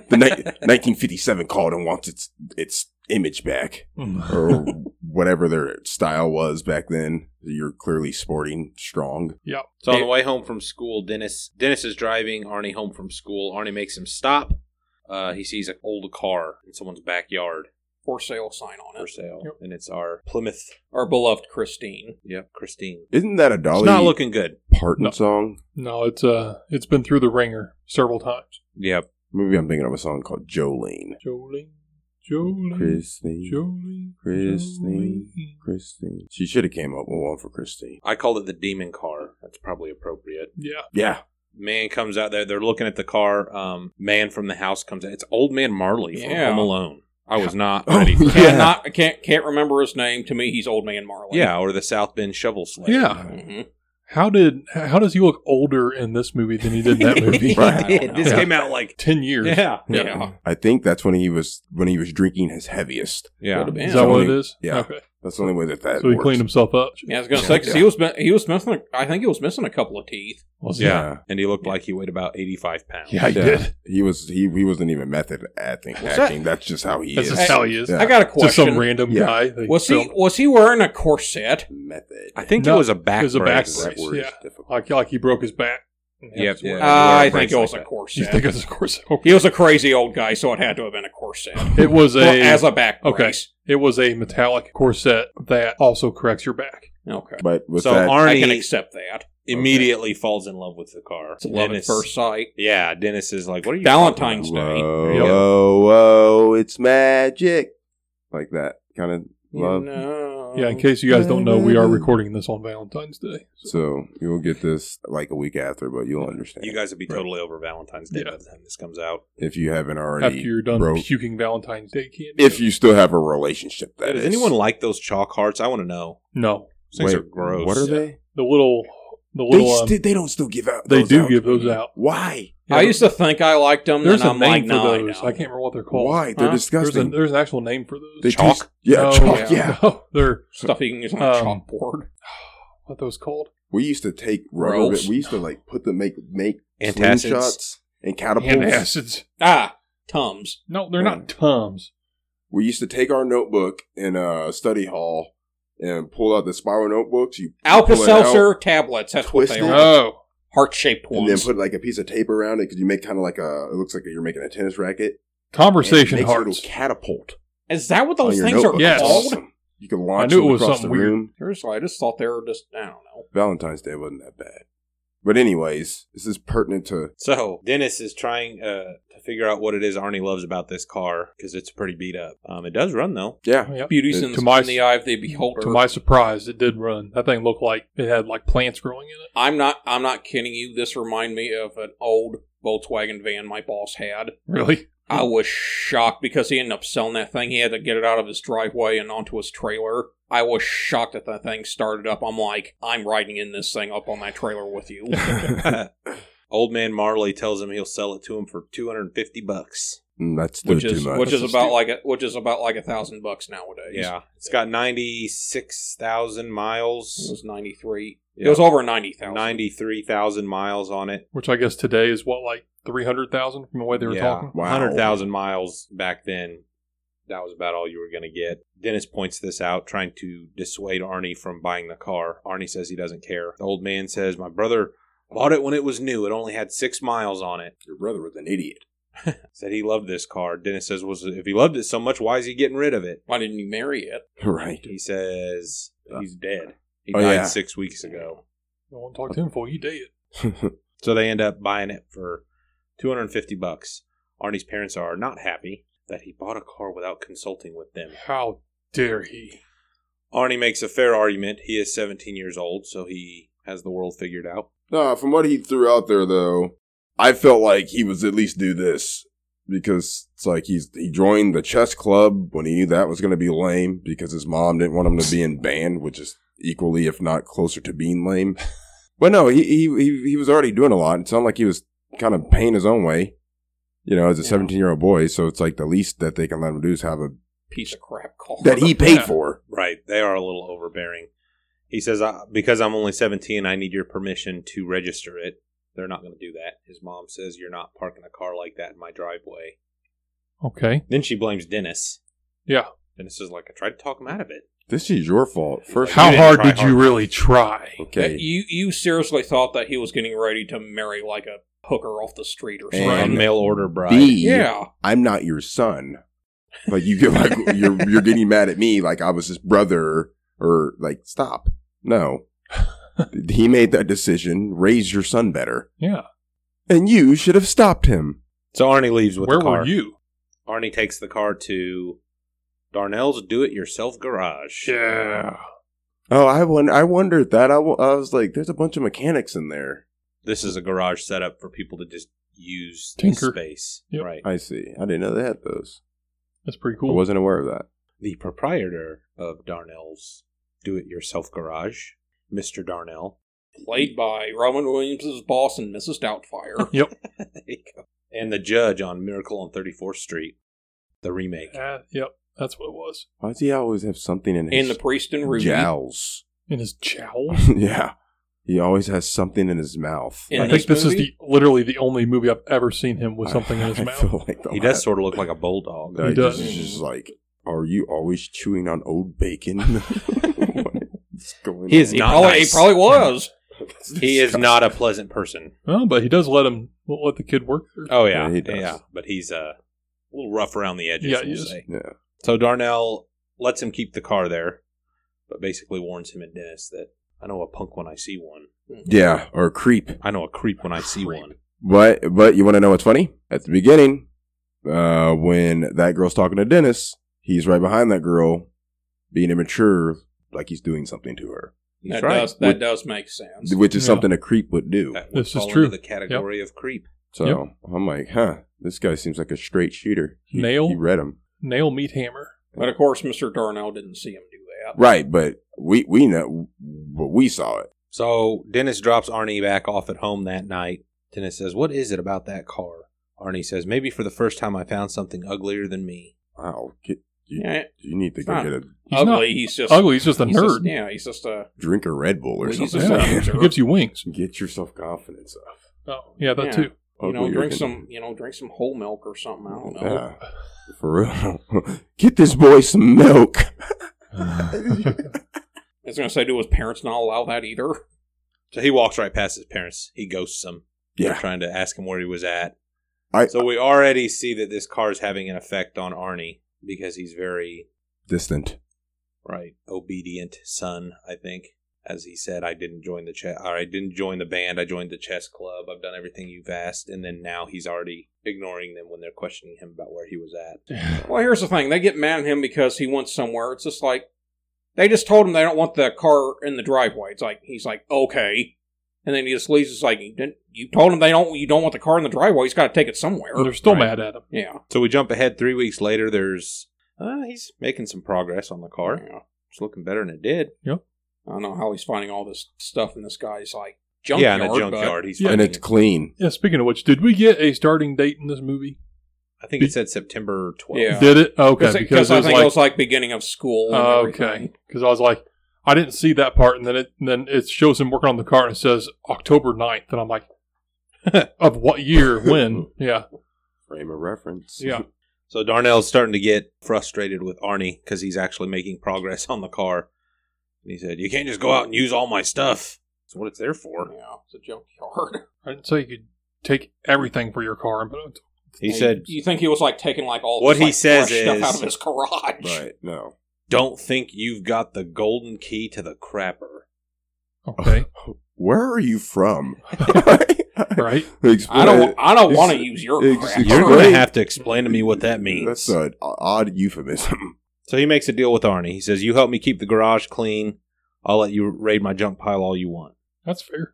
Speaker 2: The ni- 1957 called and wants its its image back, or whatever their style was back then. You're clearly sporting strong.
Speaker 8: Yep.
Speaker 1: So on the way home from school, Dennis Dennis is driving Arnie home from school. Arnie makes him stop. Uh, he sees an old car in someone's backyard
Speaker 3: For sale sign on
Speaker 1: for
Speaker 3: it.
Speaker 1: sale,
Speaker 8: Yep.
Speaker 1: and it's our Plymouth.
Speaker 3: Our beloved Christine.
Speaker 1: Yep, Christine.
Speaker 2: Isn't that a Dolly
Speaker 1: It's not looking good.
Speaker 2: Parton
Speaker 8: No.
Speaker 2: song?
Speaker 8: No, it's uh, it's been through the ringer several times.
Speaker 1: Yep.
Speaker 2: Maybe I'm thinking of a song called Jolene.
Speaker 8: Jolene, Jolene,
Speaker 2: Christine,
Speaker 8: Jolene,
Speaker 2: Christine.
Speaker 8: Jolene.
Speaker 2: Christine. She should have came up with one for Christine.
Speaker 1: I called it the demon car. That's probably appropriate.
Speaker 8: Yeah.
Speaker 2: Yeah,
Speaker 1: man comes out there. They're looking at the car. Um, man from the house comes out. It's old man Marley from
Speaker 3: Yeah.
Speaker 1: Home Alone. I was not
Speaker 2: Oh, <laughs>
Speaker 1: ready. for
Speaker 2: yeah.
Speaker 1: yeah.
Speaker 3: Cannot I can't can't remember his name. To me, he's old man Marley.
Speaker 1: yeah, or the South Bend Shovel Sled.
Speaker 8: Yeah.
Speaker 1: Mm-hmm.
Speaker 3: hmm
Speaker 8: How did how does he look older in this movie than he
Speaker 3: <laughs>
Speaker 8: did in that movie?
Speaker 2: Right.
Speaker 1: He did. This
Speaker 8: Yeah.
Speaker 1: came out like
Speaker 8: Ten years.
Speaker 1: yeah,
Speaker 3: Yeah.
Speaker 2: I think that's when he was when he was drinking his heaviest.
Speaker 1: yeah.
Speaker 3: Could've been.
Speaker 8: Is that what it
Speaker 2: Jolene.
Speaker 8: is?
Speaker 2: Yeah.
Speaker 8: Okay.
Speaker 2: That's the only way that that.
Speaker 8: so he
Speaker 2: works.
Speaker 8: cleaned himself up.
Speaker 3: Yeah, I was gonna say 'cause he was mi- he was missing. A, I think he was missing a couple of teeth.
Speaker 8: Was he?
Speaker 1: Yeah. and he looked like he weighed about eighty-five pounds.
Speaker 8: Yeah, he
Speaker 2: Yeah.
Speaker 8: did.
Speaker 2: He was he he wasn't even method acting.
Speaker 3: Was that-
Speaker 2: acting. That's just how he
Speaker 8: That's
Speaker 2: is.
Speaker 8: just how he is.
Speaker 2: Yeah.
Speaker 3: I got a
Speaker 8: Just some
Speaker 3: question.
Speaker 8: random
Speaker 2: Yeah.
Speaker 8: guy. they
Speaker 3: Was he
Speaker 8: filmed.
Speaker 3: was he wearing a corset?
Speaker 2: method.
Speaker 1: I think
Speaker 8: No,
Speaker 1: it was a back.
Speaker 8: it was a back
Speaker 1: brace.
Speaker 8: brace.
Speaker 2: that word
Speaker 8: yeah.
Speaker 2: is difficult.
Speaker 8: like like he broke his back?
Speaker 1: Yep. Yeah.
Speaker 8: Yeah.
Speaker 3: Uh, I
Speaker 1: wearing
Speaker 3: think it
Speaker 1: bracelets
Speaker 3: was
Speaker 1: like
Speaker 3: a
Speaker 1: that.
Speaker 8: You think
Speaker 3: corset.
Speaker 8: it's a corset? Okay.
Speaker 3: He was a crazy old guy, so it had to have been a corset.
Speaker 8: <laughs> It was a
Speaker 3: Well, as a back
Speaker 8: okay.
Speaker 3: brace.
Speaker 8: it was a metallic corset that also corrects your back.
Speaker 3: Okay.
Speaker 2: But with
Speaker 1: So
Speaker 2: that,
Speaker 3: I can
Speaker 1: Arnie
Speaker 3: accept that.
Speaker 1: immediately falls in love with the car.
Speaker 3: It's love at
Speaker 1: Dennis-
Speaker 3: first sight.
Speaker 1: Yeah, Dennis is like, "What are you?"
Speaker 3: Valentine's Day.
Speaker 2: whoa,
Speaker 8: Yep.
Speaker 2: whoa, whoa, it's magic, like that kind of love.
Speaker 3: No.
Speaker 8: Yeah, in case you guys don't know, we are
Speaker 3: Mm-hmm.
Speaker 8: recording this on Valentine's Day.
Speaker 2: So you'll get this like a week after, but you'll understand
Speaker 1: You guys would be
Speaker 2: Right.
Speaker 1: totally over Valentine's Day by the time this comes out.
Speaker 2: if you haven't already.
Speaker 8: After you're done
Speaker 2: broke-
Speaker 8: puking Valentine's Day candy.
Speaker 2: if you still have a relationship, that
Speaker 1: Does
Speaker 2: is.
Speaker 1: anyone like those chalk hearts? I want to know.
Speaker 8: no,
Speaker 1: Those things
Speaker 2: Wait,
Speaker 1: are gross.
Speaker 2: What are they?
Speaker 8: the little the
Speaker 2: They,
Speaker 8: little um,
Speaker 2: sti- they don't still give out.
Speaker 8: they
Speaker 2: those
Speaker 8: do
Speaker 2: out.
Speaker 8: give those out.
Speaker 2: Why?
Speaker 8: Yeah,
Speaker 3: I used to think I liked them,
Speaker 8: There's
Speaker 3: and
Speaker 8: a
Speaker 3: I'm
Speaker 8: name
Speaker 3: like,
Speaker 8: for
Speaker 3: no, I
Speaker 8: those. I,
Speaker 3: don't.
Speaker 8: can't remember what they're called.
Speaker 2: Why? They're
Speaker 3: Huh?
Speaker 8: There's, a,
Speaker 2: disgusting.
Speaker 8: there's an actual name for those.
Speaker 2: They
Speaker 1: Chalk?
Speaker 2: taste- yeah,
Speaker 8: No,
Speaker 2: chalk. Yeah.
Speaker 8: No, <laughs> they're
Speaker 3: Stuff you can use on a
Speaker 8: Um,
Speaker 3: chalkboard.
Speaker 8: <sighs> what those called?
Speaker 2: We used to take rubber.
Speaker 3: Rolls?
Speaker 2: ba- We used to like put the make make
Speaker 1: Antacids?
Speaker 2: slingshots and catapults.
Speaker 8: Antacids.
Speaker 3: Ah, Tums.
Speaker 8: No, they're not tums.
Speaker 2: We used to take our notebook in uh, study hall and pull out the spiral notebooks. You you
Speaker 3: Alka
Speaker 2: pull it out
Speaker 3: Seltzer tablets. That's what
Speaker 2: twist
Speaker 3: they
Speaker 2: it.
Speaker 3: are.
Speaker 8: Oh,
Speaker 3: Heart shaped
Speaker 2: and then
Speaker 3: ones.
Speaker 2: put like a piece of tape around it because you make kind of like a. It looks like you're making a tennis racket. And it
Speaker 8: conversation
Speaker 2: makes a little
Speaker 8: hearts.
Speaker 2: catapult
Speaker 3: Is that what
Speaker 2: on
Speaker 3: those
Speaker 2: your
Speaker 3: things
Speaker 2: notebook.
Speaker 3: are
Speaker 8: Yes.
Speaker 2: It's
Speaker 3: called?
Speaker 2: awesome. You can launch
Speaker 8: knew
Speaker 2: them
Speaker 8: it was
Speaker 2: across
Speaker 8: something
Speaker 2: the
Speaker 8: weird.
Speaker 2: room.
Speaker 3: Seriously, I just thought they were just, I don't know.
Speaker 2: Valentine's Day wasn't that bad. But anyways, this is pertinent to
Speaker 1: So Dennis is trying uh, to figure out what it is Arnie loves about this car because it's pretty beat up. Um, it does run
Speaker 3: <laughs>
Speaker 1: though. <laughs>
Speaker 2: yeah.
Speaker 8: Yep.
Speaker 3: Beauty's
Speaker 2: To
Speaker 3: in, the-
Speaker 8: my-
Speaker 3: in the eye of the beholder.
Speaker 8: To my surprise, it did run. That thing looked like it had like plants growing in it.
Speaker 3: I'm not. I'm not kidding you. This reminded me of an old Volkswagen van my boss had.
Speaker 8: Really?
Speaker 3: I was shocked because he ended up selling that thing. He had to get it out of his driveway and onto his trailer. I was shocked that that thing started up. I'm like, I'm riding in this thing up on that trailer with you.
Speaker 1: Old man Marley tells him he'll sell it to him for two hundred and fifty bucks.
Speaker 2: Mm, That's still
Speaker 3: which
Speaker 2: too
Speaker 3: is
Speaker 2: much.
Speaker 3: which is
Speaker 2: That's
Speaker 3: about
Speaker 2: too-
Speaker 3: like a, which is about like a thousand bucks nowadays.
Speaker 1: Yeah, it's got ninety six thousand
Speaker 3: it
Speaker 1: miles,
Speaker 3: was ninety three.
Speaker 1: Yeah.
Speaker 3: It was over ninety thousand.
Speaker 1: ninety three thousand miles on it.
Speaker 8: Which I guess today is what like three hundred thousand from the way they were
Speaker 1: Yeah.
Speaker 8: talking.
Speaker 2: wow.
Speaker 1: Hundred thousand miles back then. That was about all you were going to get. Dennis points this out, trying to dissuade Arnie from buying the car. Arnie says he doesn't care. The old man says, "My brother bought it when it was new. It only had six miles on it."
Speaker 2: Your brother was an idiot. <laughs>
Speaker 1: Said he loved this car. Dennis says, "Was if he loved it so much, why is he getting rid of it?"
Speaker 3: Why didn't you marry it?
Speaker 2: Right.
Speaker 1: He says he's dead. He
Speaker 2: Uh, Oh,
Speaker 1: died
Speaker 2: yeah.
Speaker 1: six weeks ago.
Speaker 8: I won't talk to him for you did.
Speaker 1: So they end up buying it for 250 bucks. Arnie's parents are not happy that he bought a car without consulting with them.
Speaker 8: How dare he?
Speaker 1: Arnie makes a fair argument. He is 17 years old, so he has the world figured out.
Speaker 2: No, from what he threw out there though, I felt like he was at least do this because it's like he's he joined the chess club when he knew that was going to be lame because his mom didn't want him to be in band, which is equally if not closer to being lame. But no, he he he, he was already doing a lot. It sounded like he was kind of paying his own way, you know, as a
Speaker 3: Yeah.
Speaker 2: seventeen year old boy. So it's like the least that they can let him do is have a
Speaker 3: Piece of crap car
Speaker 2: that he paid
Speaker 8: Yeah.
Speaker 2: for.
Speaker 1: Right. They are a little overbearing. He says, I, Because I'm only 17, I need your permission to register it. They're not going to do that. His mom says, You're not parking a car like that in my driveway.
Speaker 8: Okay.
Speaker 1: Then she blames Dennis.
Speaker 8: Yeah.
Speaker 1: Dennis is like, I tried to talk him out of it.
Speaker 2: This is your fault. First,
Speaker 8: How
Speaker 1: didn't
Speaker 8: hard
Speaker 1: try
Speaker 8: did you
Speaker 1: hard.
Speaker 8: really try?
Speaker 3: That
Speaker 2: okay,
Speaker 3: you you seriously thought that he was getting ready to marry like a hooker off the street or
Speaker 2: And-
Speaker 3: something?
Speaker 1: Right. Mail order bride.
Speaker 2: B,
Speaker 3: Yeah,
Speaker 2: I'm not your son. Like you get
Speaker 8: <laughs>
Speaker 2: like you're you're getting mad at me like I was his brother or like stop.
Speaker 8: <laughs>
Speaker 2: No. he made that decision. Raise your son better.
Speaker 8: Yeah.
Speaker 2: And you should have stopped him.
Speaker 1: So Arnie leaves with
Speaker 8: Where
Speaker 1: the car.
Speaker 8: were you?
Speaker 1: Arnie takes the car to Darnell's do-it-yourself garage.
Speaker 8: Yeah.
Speaker 2: Oh, I won- I wondered that. I wa- I was like, there's a bunch of mechanics in there.
Speaker 1: This is a garage set up for people to just use
Speaker 8: Tinker.
Speaker 1: the space.
Speaker 8: Yep.
Speaker 1: Right.
Speaker 2: I see. I didn't know they had those.
Speaker 8: That's pretty
Speaker 2: I
Speaker 8: cool.
Speaker 2: wasn't aware of that.
Speaker 1: The proprietor of Darnell's do-it-yourself garage, Mr. Darnell. <laughs>
Speaker 3: played by Robin Williams' boss and Mrs.
Speaker 2: <laughs>
Speaker 3: Doubtfire.
Speaker 8: Yep.
Speaker 1: And the judge on Miracle on 34th Street, the remake.
Speaker 8: Uh, yep. That's what it was.
Speaker 2: Why does he always have something in
Speaker 3: and
Speaker 2: his
Speaker 3: the priest and Ruby.
Speaker 2: jowls? <laughs>
Speaker 8: In his jowl.
Speaker 2: yeah. He always has something in his mouth.
Speaker 3: In
Speaker 8: I
Speaker 3: this
Speaker 8: think this is
Speaker 3: movie?
Speaker 8: the literally the only movie I've ever seen him with something in
Speaker 2: <laughs>
Speaker 8: his
Speaker 2: I
Speaker 8: mouth.
Speaker 2: feel like the
Speaker 1: He does
Speaker 2: last-
Speaker 1: sort of look like a bulldog.
Speaker 2: He
Speaker 8: does.
Speaker 2: It's just like, are you always chewing on old bacon? <laughs> What's going
Speaker 1: He is
Speaker 3: He
Speaker 1: Not
Speaker 3: probably,
Speaker 2: <laughs>
Speaker 1: nice.
Speaker 3: he probably was.
Speaker 1: He is not a pleasant person.
Speaker 8: Well, but he does let him let the kid work. There.
Speaker 1: Oh yeah,
Speaker 2: Yeah,
Speaker 1: yeah,
Speaker 2: he does.
Speaker 1: But he's uh, a little rough around the edges.
Speaker 8: Yeah,
Speaker 1: we'll
Speaker 8: he is.
Speaker 1: say.
Speaker 2: Yeah.
Speaker 1: So Darnell lets him keep the car there, but basically warns him and Dennis that I know a punk when I see one.
Speaker 2: Yeah, or creep.
Speaker 1: I know a creep when I see
Speaker 8: Creep.
Speaker 1: one.
Speaker 2: But but you want to know what's funny? At the beginning, uh, when that girl's talking to Dennis, he's right behind that girl, being immature, like he's doing something to her,
Speaker 1: He's
Speaker 3: that
Speaker 1: right.
Speaker 3: does that
Speaker 2: Would-
Speaker 3: does make sense.
Speaker 2: which is
Speaker 8: Yeah.
Speaker 2: something a creep would do.
Speaker 1: That would
Speaker 8: This is
Speaker 1: fall into
Speaker 8: true.
Speaker 1: The category of creep.
Speaker 2: So
Speaker 8: Yep.
Speaker 2: I'm like, huh, this guy seems like a straight shooter. He,
Speaker 8: Nail.
Speaker 2: He read him.
Speaker 8: Nail meat hammer.
Speaker 3: But of course, Mr. Darnell didn't see him do that.
Speaker 2: Right, but we we know, but we saw it.
Speaker 1: So Dennis drops Arnie back off at home that night. Dennis says, "What is it about that car?" Arnie says, "Maybe for the first time I found something uglier than me."
Speaker 2: Wow, get, you,
Speaker 3: Yeah,
Speaker 2: you need to
Speaker 3: it's
Speaker 2: go
Speaker 3: not
Speaker 2: get a
Speaker 8: He's
Speaker 3: ugly.
Speaker 8: not
Speaker 3: he's just
Speaker 8: ugly. He's just a
Speaker 3: he's
Speaker 8: nerd.
Speaker 3: just- yeah, he's just a.
Speaker 2: drink a Red Bull or
Speaker 3: Well, he's
Speaker 2: something.
Speaker 8: Yeah.
Speaker 3: loser.
Speaker 8: He gives you wings.
Speaker 2: <laughs> Get yourself confidence up.
Speaker 8: Oh, yeah, that
Speaker 3: Yeah.
Speaker 8: too.
Speaker 3: You know,
Speaker 2: Uglier
Speaker 3: drink
Speaker 2: than-
Speaker 3: some. You know, drink some whole milk or something. I don't know.
Speaker 2: Oh, Yeah. For real. <laughs> Get this boy
Speaker 1: <laughs>
Speaker 2: some milk. <laughs>
Speaker 3: I was gonna say, do his parents not allow that either?
Speaker 1: So he walks right past his parents. He ghosts them. They're
Speaker 2: Yeah.
Speaker 1: trying to ask him where he was at.
Speaker 2: I
Speaker 1: So we already see that this car is having an effect on Arnie because he's very
Speaker 2: distant.
Speaker 1: right obedient son. I think, as he said, I didn't join the chess. Or I didn't join the band. I joined the chess club. I've done everything you've asked, and then now he's already ignoring them when they're questioning him about where he was at.
Speaker 3: Well, here's the thing: they get mad at him because he went somewhere. It's just like they just told him they don't want the car in the driveway. It's like he's like, okay, and then he just leaves. It's like you, didn't, you told him they don't. You don't want the car in the driveway. He's got to take it somewhere.
Speaker 8: They're still
Speaker 1: Right.
Speaker 8: mad at him.
Speaker 3: Yeah.
Speaker 1: So we jump ahead three weeks later. There's uh, he's making some progress on the car.
Speaker 3: yeah.
Speaker 1: It's looking better than it did.
Speaker 3: I don't know how he's finding all this stuff in this guy's like junkyard.
Speaker 1: yeah, in the
Speaker 3: but-
Speaker 1: junkyard. He's
Speaker 8: Yeah.
Speaker 1: yeah,
Speaker 2: And it's clean.
Speaker 8: Yeah, speaking of which, did we get a starting date in this movie?
Speaker 1: I think it said September 12th.
Speaker 3: Yeah.
Speaker 8: Did it? Okay,
Speaker 3: Because
Speaker 8: because,
Speaker 3: it- 'cause I
Speaker 8: it was
Speaker 3: think
Speaker 8: like, Oh,
Speaker 3: it was like beginning of school. And
Speaker 8: okay,
Speaker 3: everything.
Speaker 8: because I was like, I didn't see that part, and then it and then it shows him working on the car and it says October 9th, and I'm like, <laughs> of what year? When? Yeah,
Speaker 2: Frame of reference. <laughs>
Speaker 8: yeah.
Speaker 1: So Darnell's starting to get frustrated with Arnie because he's actually making progress on the car. And he said, You can't just go out and use all my stuff. That's what it's there for.
Speaker 3: Yeah, it's a junkyard.
Speaker 8: I didn't say you could take everything for your car, but
Speaker 1: He said,
Speaker 3: you think he was like taking like all
Speaker 1: What
Speaker 3: this,
Speaker 1: he
Speaker 3: like,
Speaker 1: says
Speaker 3: fresh stuff
Speaker 1: is-
Speaker 3: out of his garage.
Speaker 2: Right. No.
Speaker 1: Don't think you've got the golden key to the crapper.
Speaker 8: okay,
Speaker 2: Where are
Speaker 1: <laughs>
Speaker 2: you from? <laughs>
Speaker 8: right?
Speaker 2: Explain-
Speaker 3: I don't. I don't
Speaker 2: It's-
Speaker 3: want to use your
Speaker 2: it's-
Speaker 3: crap.
Speaker 2: You're
Speaker 1: You're going
Speaker 2: right.
Speaker 1: to have to explain to me what that means.
Speaker 2: That's uh, an odd euphemism. <laughs>
Speaker 1: So he makes a deal with Arnie. He says, You help me keep the garage clean. I'll let you raid my junk pile all you want.
Speaker 8: That's fair.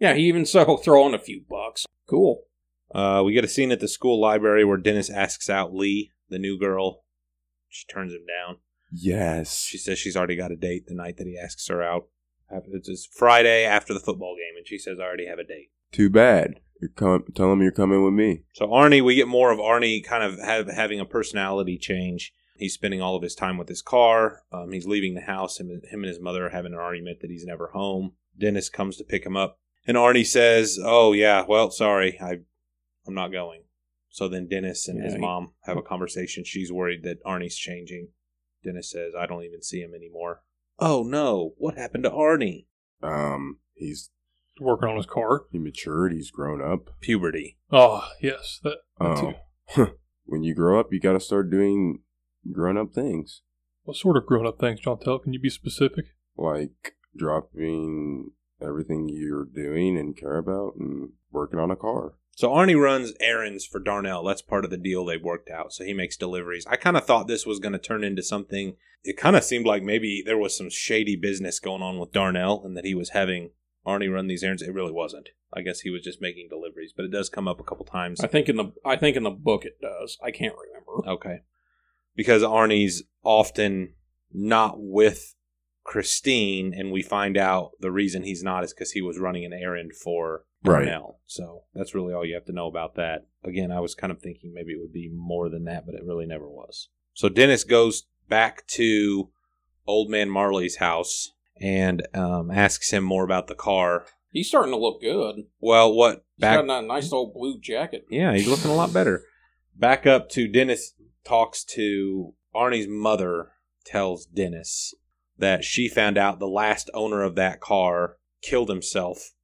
Speaker 3: yeah, he even so <laughs> throw in a few bucks. Cool.
Speaker 1: Uh, we get a scene at the school library where Dennis asks out Lee, the new girl. She turns him down.
Speaker 2: Yes.
Speaker 1: She says she's already got a date the night that he asks her out. It's it's Friday after the football game, and she says, I already have a date.
Speaker 2: Too bad. You're com- tell him you're coming with me.
Speaker 1: So Arnie, we get more of Arnie kind of have, having a personality change. He's spending all of his time with his car. Um, he's leaving the house. Him, and- him and his mother are having an argument that he's never home. Dennis comes to pick him up, and Arnie says, "Oh yeah, well, sorry, I, I'm not going." So then Dennis and his
Speaker 3: Yeah, he-
Speaker 1: mom have a conversation. She's worried that Arnie's changing. Dennis says, "I don't even see him anymore." Oh no, what happened to Arnie?
Speaker 2: Um, he's
Speaker 8: Working on his car.
Speaker 2: he matured. He's grown up.
Speaker 1: Puberty.
Speaker 8: Oh yes, that,
Speaker 2: <laughs> Oh, when you grow up, you got to start doing grown up things
Speaker 8: what sort of grown up things, John Tell? Can you be specific?
Speaker 2: like dropping everything you're doing and care about and working on a car.
Speaker 1: So Arnie runs errands for Darnell. That's part of the deal they've worked out. So he makes deliveries. I kind of thought this was going to turn into something. It kind of seemed like maybe there was some shady business going on with Darnell and that he was having Arnie run these errands. It really wasn't. I guess he was just making deliveries, but it does come up a couple times.
Speaker 3: I think in the I think in the book it does. I can't remember.
Speaker 1: Okay. Because Arnie's often not with Christine, and we find out the reason he's not is because he was running an errand for
Speaker 2: Right.
Speaker 1: Darnell. So that's really all you have to know about that. Again, I was kind of thinking maybe it would be more than that, but it really never was. So Dennis goes back to Old Man Marley's house and um, asks him more about the car.
Speaker 3: He's starting to look good. He's
Speaker 1: Well, what back?
Speaker 3: got a nice old blue jacket.
Speaker 1: Yeah, he's looking a lot better. Back up to Dennis talks to Arnie's mother, tells Dennis that she found out the last owner of that car killed himself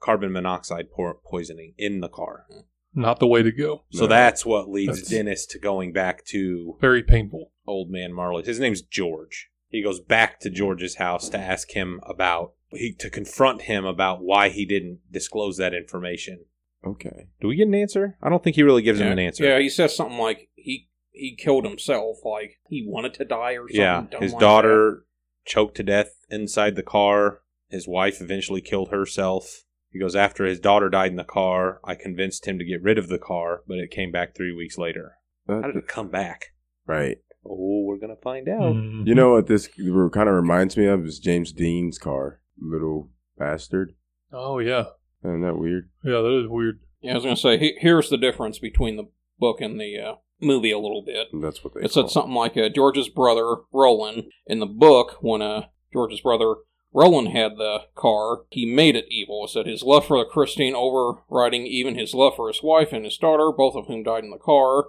Speaker 1: carbon monoxide por- poisoning in the car.
Speaker 8: Not the way to go.
Speaker 1: So
Speaker 2: No.
Speaker 1: that's what leads
Speaker 8: That's-
Speaker 1: Dennis to going back to
Speaker 8: Very painful.
Speaker 1: old man Marley. His name's George. He goes back to George's house to ask him about he to confront him about why he didn't disclose that information.
Speaker 2: Okay.
Speaker 1: Do we get an answer? I don't think he really gives
Speaker 3: yeah.
Speaker 1: him an answer.
Speaker 3: Yeah, he says something like he he killed himself, like he wanted to die or something.
Speaker 1: Yeah,
Speaker 3: dumb
Speaker 1: his
Speaker 3: like
Speaker 1: daughter choked to death inside the car. His wife eventually killed herself. He goes, After his daughter died in the car, I convinced him to get rid of the car, but it came back three weeks later. How did
Speaker 2: That-
Speaker 1: it come back?
Speaker 2: right.
Speaker 1: Oh, we're going to find out.
Speaker 8: Mhm.
Speaker 2: You know what this kind of reminds me of is James Dean's car, little bastard.
Speaker 8: Oh yeah,
Speaker 2: Isn't that weird?
Speaker 8: yeah. That is weird.
Speaker 3: that. Yeah, I was gonna say he, here's the difference between the book and the uh, movie a little bit.
Speaker 2: And that's what they.
Speaker 3: It
Speaker 2: call
Speaker 3: said something like uh, George's brother Roland in the book when uh, George's brother Roland had the car, he made it evil. It said his love for Christine overriding even his love for his wife and his daughter, both of whom died in the car.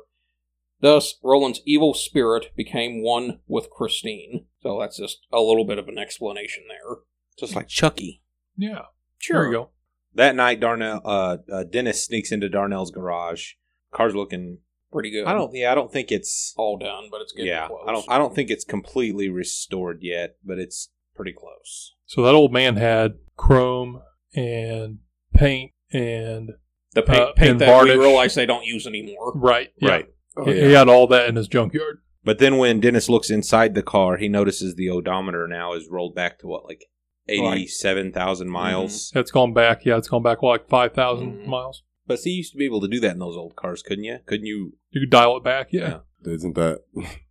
Speaker 3: Thus, Roland's evil spirit became one with Christine. So that's just a little bit of an explanation there.
Speaker 1: Just like Chucky.
Speaker 8: Yeah. There you go.
Speaker 1: That night, Darnell, uh, uh, Dennis sneaks into Darnell's garage. Car's looking.
Speaker 3: Pretty good.
Speaker 1: I don't. Yeah, I don't think it's.
Speaker 3: all done, but it's getting
Speaker 1: yeah,
Speaker 3: close.
Speaker 1: I don't. I don't think it's completely restored yet, but it's pretty close.
Speaker 8: So that old man had chrome and paint and
Speaker 3: the paint,
Speaker 8: uh,
Speaker 3: paint
Speaker 8: and
Speaker 3: that
Speaker 8: varnish.
Speaker 3: we realize they don't use anymore.
Speaker 8: right, yeah.
Speaker 2: Oh,
Speaker 8: He,
Speaker 2: yeah.
Speaker 8: he had all that in his junkyard.
Speaker 1: But then when Dennis looks inside the car, he notices the odometer now is rolled back to what, like
Speaker 3: Like-
Speaker 1: 87,000
Speaker 8: mm-hmm.
Speaker 1: miles?
Speaker 8: It's gone back. Yeah, it's gone back like five
Speaker 3: Mhm.
Speaker 8: miles.
Speaker 1: But see, you used to be able to do that in those old cars, couldn't you? Couldn't you?
Speaker 8: You could dial it back. Yeah,
Speaker 1: Yeah.
Speaker 2: Isn't that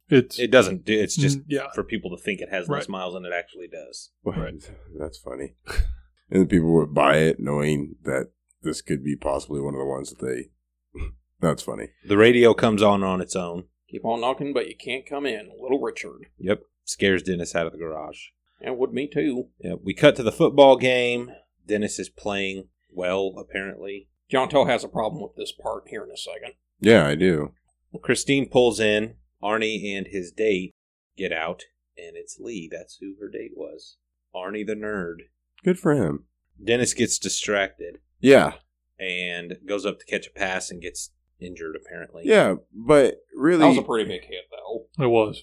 Speaker 8: it's
Speaker 1: It doesn't. do- It's just
Speaker 8: mm, yeah.
Speaker 1: for people to think it has less
Speaker 8: Right.
Speaker 1: miles than it actually does.
Speaker 8: Right.
Speaker 2: <laughs> That's funny. and the people would buy it knowing that this could be possibly one of the ones that they <laughs> That's funny.
Speaker 1: The radio comes on on its own.
Speaker 3: Keep on knocking, but you can't come in. Little Richard.
Speaker 1: Yep. Scares Dennis out of the garage.
Speaker 3: That would me too.
Speaker 1: Yep. We cut to the football game. Dennis is playing well, apparently.
Speaker 3: John Tell has a problem with this part here in a second.
Speaker 2: Yeah, I do.
Speaker 1: Christine pulls in. Arnie and his date get out, and it's Lee. That's who her date was. Arnie the nerd.
Speaker 2: Good for him.
Speaker 1: Dennis gets distracted
Speaker 2: Yeah,
Speaker 1: and goes up to catch a pass and gets injured, apparently.
Speaker 2: yeah, but
Speaker 3: That was a
Speaker 2: really,
Speaker 3: pretty big hit, though.
Speaker 8: It was.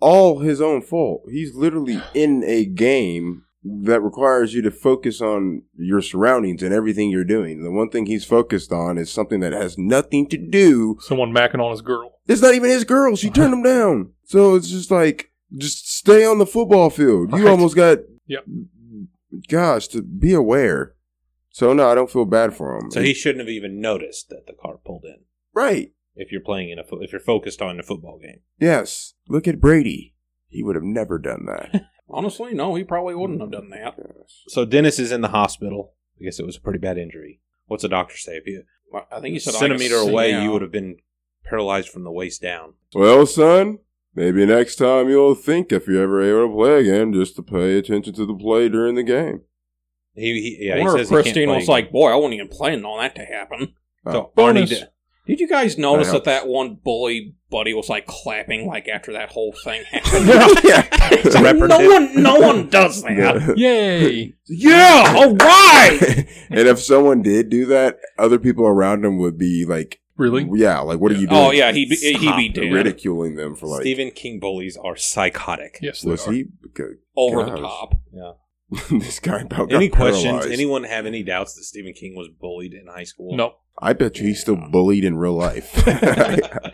Speaker 2: all his own fault. He's literally in a game that requires you to focus on your surroundings and everything you're doing. The one thing he's focused on is something that has nothing to do.
Speaker 8: Someone macking on his girl.
Speaker 2: It's not even his girl. She turned him down. So it's just like, just stay on the football field. You
Speaker 8: Right.
Speaker 2: almost got,
Speaker 8: Yep.
Speaker 2: gosh, to be aware. So no, I don't feel bad for him.
Speaker 1: So he shouldn't have even noticed that the car pulled in.
Speaker 2: right.
Speaker 1: If you're playing in a fo- if you're focused on a football game,
Speaker 2: Yes. Look at Brady. He would have never done that.
Speaker 3: Honestly, no, he probably wouldn't have done that.
Speaker 1: so Dennis is in the hospital. I guess it was a pretty bad injury. What's the doctor say? If you
Speaker 3: Well, I think he said like a
Speaker 1: centimeter away,
Speaker 3: yeah.
Speaker 1: you would have been paralyzed from the waist down.
Speaker 2: well, son, maybe next time you'll think if you're ever able to play again, just to pay attention to the play during the game.
Speaker 1: He, he yeah,
Speaker 3: I
Speaker 1: he
Speaker 3: wonder
Speaker 1: says
Speaker 3: if
Speaker 1: he can't
Speaker 3: Christine
Speaker 1: play
Speaker 3: was
Speaker 1: again.
Speaker 3: like, "Boy, I wasn't even planning on that to happen."
Speaker 1: So Arnie,
Speaker 8: Bonus.
Speaker 1: d-
Speaker 3: Did you guys notice that
Speaker 2: helps.
Speaker 3: that one bully buddy was like clapping like after that whole thing
Speaker 1: <laughs>
Speaker 3: happened?
Speaker 2: <laughs> yeah.
Speaker 3: no
Speaker 2: <laughs>
Speaker 3: one, no one does that.
Speaker 8: Yay!
Speaker 3: Yeah, all right.
Speaker 2: <laughs> and if someone did do that, other people around him would be like,
Speaker 8: Really?
Speaker 2: "Yeah, like what are you doing?"
Speaker 3: Oh yeah, he he be
Speaker 1: Stop.
Speaker 3: dead
Speaker 2: ridiculing them for like,
Speaker 1: Stephen King bullies are psychotic.
Speaker 8: Yes. they
Speaker 2: was
Speaker 8: are.
Speaker 2: he good? <laughs>
Speaker 3: over the
Speaker 2: Gosh.
Speaker 3: top.
Speaker 2: this guy about got
Speaker 1: any questions?
Speaker 2: paralyzed.
Speaker 1: Anyone have any doubts that Stephen King was bullied in high school?
Speaker 8: No.
Speaker 2: I bet you he's still bullied in real life. <laughs>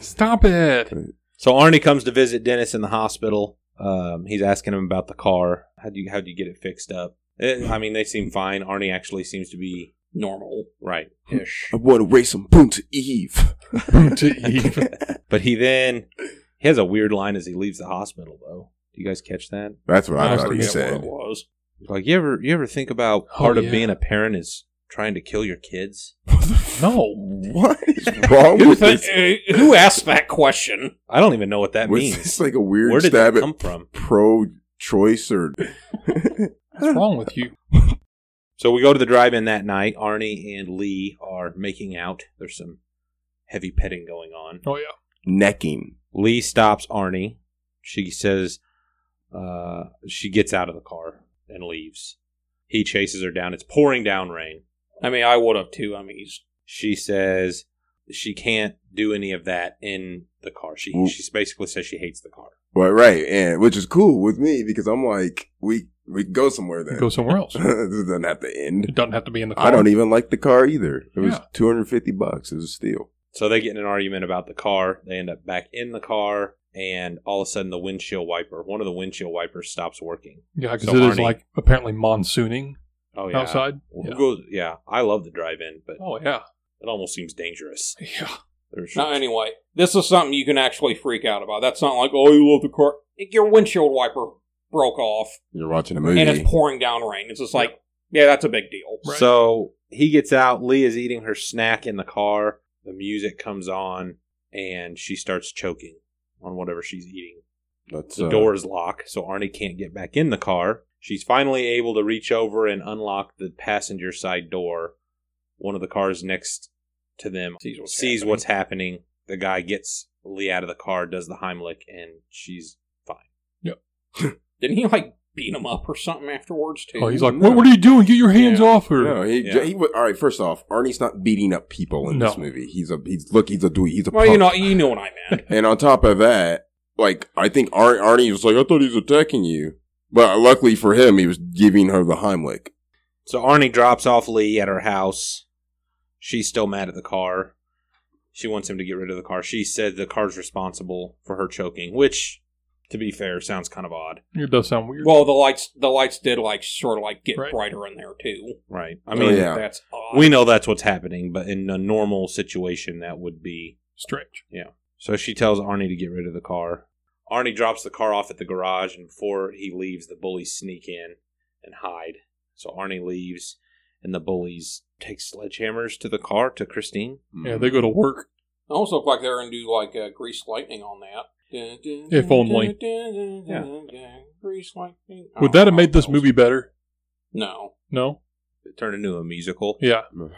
Speaker 8: Stop it.
Speaker 1: So Arnie comes to visit Dennis in the hospital. Um, he's asking him about the car. How do you how do you get it fixed up? Eh, I mean, they seem fine. Arnie actually seems to be
Speaker 3: Normal
Speaker 1: right,
Speaker 8: <laughs>
Speaker 3: ish.
Speaker 2: I want to raise some boon to Eve.
Speaker 8: to Eve.
Speaker 1: <laughs> but he then he has a weird line as he leaves the hospital. Though, do you guys catch that?
Speaker 2: That's what I,
Speaker 8: I
Speaker 2: thought he
Speaker 8: forget
Speaker 3: What it
Speaker 2: said.
Speaker 3: was.
Speaker 1: He's Like, you ever you ever think about
Speaker 8: Oh,
Speaker 1: part of
Speaker 8: yeah.
Speaker 1: being a parent is trying to kill your kids?
Speaker 8: <laughs> No.
Speaker 2: What is <laughs> wrong
Speaker 3: Who,
Speaker 2: with
Speaker 3: th-
Speaker 2: this?
Speaker 3: uh, who asked that question?
Speaker 1: I don't even know what that <laughs>
Speaker 2: Was
Speaker 1: means.
Speaker 2: this like a weird
Speaker 1: Where did that
Speaker 2: stab
Speaker 1: come
Speaker 2: at
Speaker 1: from?
Speaker 2: pro-choice or? <laughs>
Speaker 8: What's wrong with you?
Speaker 1: So we go to the drive-in that night. Arnie and Lee are making out. There's some heavy petting going on.
Speaker 8: Oh yeah.
Speaker 2: necking.
Speaker 1: Lee stops Arnie. She says uh, she gets out of the car and leaves. He chases her down. It's pouring down rain.
Speaker 3: I mean, I would have too. I mean, he's
Speaker 1: She says she can't do any of that in the car. She
Speaker 2: Ooh.
Speaker 1: she basically says she hates the car.
Speaker 2: Well, right, and which is cool with me because I'm like, we we can go somewhere then.
Speaker 8: Go somewhere else.
Speaker 2: <laughs> this doesn't have to end.
Speaker 8: It doesn't have to be in the car.
Speaker 2: I don't e- even like the car either. It was
Speaker 8: Yeah.
Speaker 2: 250 bucks. It was a steal.
Speaker 1: So they get in an argument about the car. They end up back in the car, and all of a sudden the windshield wiper, one of the windshield wipers, stops working.
Speaker 8: Yeah, because
Speaker 1: So
Speaker 8: it is
Speaker 1: Arnie-
Speaker 8: like apparently monsooning
Speaker 1: Oh yeah,
Speaker 8: outside.
Speaker 1: Who
Speaker 8: Yeah.
Speaker 1: goes- yeah, I love the drive-in, but
Speaker 8: Oh yeah. <laughs>
Speaker 1: it almost seems dangerous.
Speaker 8: Yeah.
Speaker 1: There's
Speaker 3: now anyway. This is something you can actually freak out about. That's not like oh, you love the car. Your windshield wiper broke off,
Speaker 2: You're watching a movie.
Speaker 3: and it's pouring down rain. It's just like yeah, that's a big deal.
Speaker 8: Right.
Speaker 1: So he gets out. Lee is eating her snack in the car. The music comes on, and she starts choking on whatever she's eating.
Speaker 2: That's,
Speaker 1: The
Speaker 2: uh,
Speaker 1: door is locked, so Arnie can't get back in the car. She's finally able to reach over and unlock the passenger side door. One of the cars next to them
Speaker 3: Sees what's
Speaker 1: sees
Speaker 3: happening.
Speaker 1: what's happening. The guy gets Lee out of the car, does the Heimlich, and she's
Speaker 3: Didn't he like beat him up or something afterwards too?
Speaker 8: Oh, he's like,
Speaker 2: No.
Speaker 8: what, what are you doing? Get your hands
Speaker 1: Yeah.
Speaker 8: off her.
Speaker 2: No, he,
Speaker 1: Yeah.
Speaker 2: he wa- all right. First off, Arnie's not beating up people in
Speaker 8: No.
Speaker 2: this movie. He's a he's look. He's a dude. He's a
Speaker 3: well, you
Speaker 2: punk.
Speaker 3: know, you know what I meant.
Speaker 8: <laughs>
Speaker 2: And on top of that, like I think Ar- Arnie was like, I thought he was attacking you, but luckily for him, he was giving her the Heimlich.
Speaker 1: So Arnie drops off Lee at her house. She's still mad at the car. She wants him to get rid of the car. She said the car's responsible for her choking, which, to be fair, sounds kind of odd.
Speaker 8: It does sound weird.
Speaker 3: Well, the lights, the lights did like sort of like get
Speaker 8: Right.
Speaker 3: brighter in there too.
Speaker 1: Right. I
Speaker 2: Oh,
Speaker 1: mean,
Speaker 2: yeah.
Speaker 3: that's odd.
Speaker 1: we know that's what's happening, but in a normal situation, that would be.
Speaker 8: strange.
Speaker 1: So she tells Arnie to get rid of the car. Arnie drops the car off at the garage, and before he leaves, the bullies sneak in and hide. So Arnie leaves, and the bullies take sledgehammers to the car to Christine.
Speaker 8: Yeah,
Speaker 2: <laughs>
Speaker 8: they go <laughs> to work.
Speaker 3: I almost look like they're gonna do like uh, grease lightning on that.
Speaker 8: If only.
Speaker 3: Yeah. Grease lightning.
Speaker 2: Oh,
Speaker 3: Oh,
Speaker 8: Would that have made this movie better?
Speaker 3: No.
Speaker 8: No.
Speaker 1: It turned into a musical.
Speaker 8: Yeah.
Speaker 2: Mm.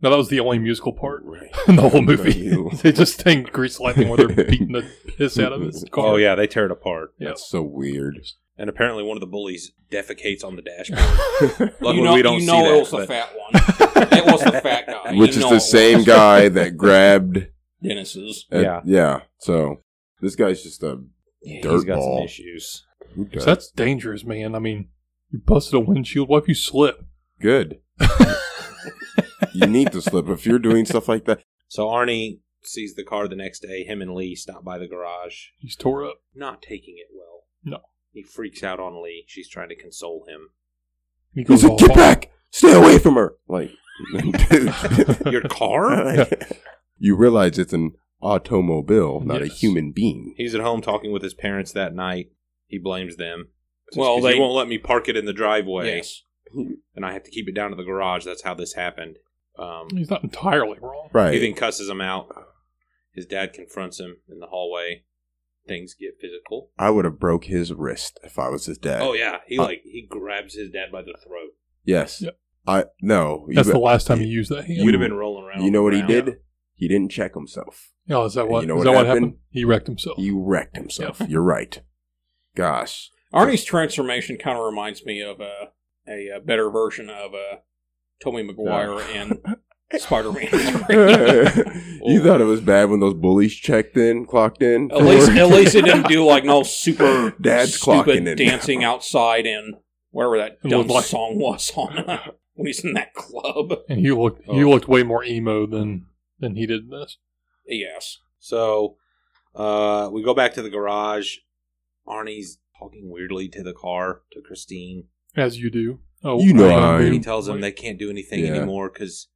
Speaker 8: No, that was the only musical part
Speaker 2: Right.
Speaker 8: <laughs> in
Speaker 2: <laughs>
Speaker 8: the whole movie.
Speaker 2: Ew.
Speaker 8: <laughs> they just sing Grease Lightning where they're beating the piss out of
Speaker 2: <laughs>
Speaker 8: his car.
Speaker 1: Oh yeah, they tear it apart.
Speaker 8: Yeah.
Speaker 2: That's so weird.
Speaker 1: And apparently one of the bullies defecates on the dashboard.
Speaker 8: <laughs>
Speaker 1: Luckily
Speaker 3: <laughs> you know,
Speaker 1: we don't
Speaker 3: you
Speaker 1: see
Speaker 3: know
Speaker 1: that.
Speaker 3: it was the
Speaker 1: but-
Speaker 3: fat one. it was the fat guy.
Speaker 2: Which
Speaker 3: You
Speaker 2: is
Speaker 3: know
Speaker 2: the
Speaker 3: it
Speaker 2: same
Speaker 3: was. <laughs>
Speaker 2: guy that grabbed.
Speaker 3: Dennis's.
Speaker 2: uh,
Speaker 1: Yeah.
Speaker 2: Yeah. So this guy's just a.
Speaker 1: Yeah,
Speaker 2: Dirt
Speaker 1: he's got
Speaker 2: ball.
Speaker 1: some issues.
Speaker 2: Who does?
Speaker 8: So that's dangerous, man. I mean, you busted a windshield. What if you slip? <laughs>
Speaker 2: good. you need to slip if you're doing stuff like that.
Speaker 1: So Arnie sees the car the next day. Him and Lee stop by the garage,
Speaker 8: He's tore up.
Speaker 1: not taking it well.
Speaker 8: No.
Speaker 1: He freaks out on Lee. She's trying to console him.
Speaker 8: He
Speaker 2: He's
Speaker 8: goes
Speaker 2: like,
Speaker 8: all
Speaker 2: get
Speaker 8: hard.
Speaker 2: back, stay away from her. Like, <laughs>
Speaker 1: Your car?
Speaker 2: you realize it's an automobile, not a
Speaker 8: Yes.
Speaker 2: human being.
Speaker 1: He's at home talking with his parents that night. He blames them. It's
Speaker 3: Well,
Speaker 1: 'cause
Speaker 3: they-
Speaker 1: you won't let me park it in the driveway,
Speaker 3: Yes.
Speaker 1: and I have to keep it down to the garage. That's how this happened. Um,
Speaker 8: He's not entirely wrong.
Speaker 2: Right.
Speaker 1: He then cusses him out. His dad confronts him in the hallway. Things get physical.
Speaker 2: I would have broke his wrist if I was his dad.
Speaker 1: Oh yeah, he
Speaker 2: Uh,
Speaker 1: like he grabs his dad by the throat.
Speaker 2: Yes.
Speaker 8: Yeah.
Speaker 2: I no. You,
Speaker 8: That's
Speaker 2: be-
Speaker 8: the last time he used that
Speaker 2: You-
Speaker 8: hand.
Speaker 1: You'd have been rolling around.
Speaker 2: you know what he
Speaker 1: around.
Speaker 2: did? He didn't check himself.
Speaker 8: Oh, is that
Speaker 2: And
Speaker 8: what?
Speaker 2: you know
Speaker 8: is
Speaker 2: what
Speaker 8: that what
Speaker 2: happened?
Speaker 8: happened? He wrecked himself.
Speaker 2: He wrecked himself. You're right. Gosh.
Speaker 3: Arnie's transformation kind of reminds me of uh, a, uh better version of uh, Tommy McGuire
Speaker 2: <laughs>
Speaker 3: and Spider Man.
Speaker 2: you thought it was bad when those bullies checked in, clocked in.
Speaker 3: At least, at least it didn't do like no super
Speaker 2: Dad's
Speaker 3: stupid
Speaker 2: clocking in.
Speaker 3: dancing outside and whatever that
Speaker 8: It
Speaker 3: dumb
Speaker 8: looked like-
Speaker 3: song was on <laughs> when he's in that club.
Speaker 8: And he looked he
Speaker 1: Oh.
Speaker 8: looked way more emo than than he did in this.
Speaker 3: Yes,
Speaker 1: So uh, we go back to the garage. Arnie's talking weirdly to the car to Christine.
Speaker 8: As you do. Oh,
Speaker 2: You know
Speaker 8: I am
Speaker 2: I am.
Speaker 8: being-
Speaker 1: He tells him they can't do anything
Speaker 2: Yeah.
Speaker 1: anymore because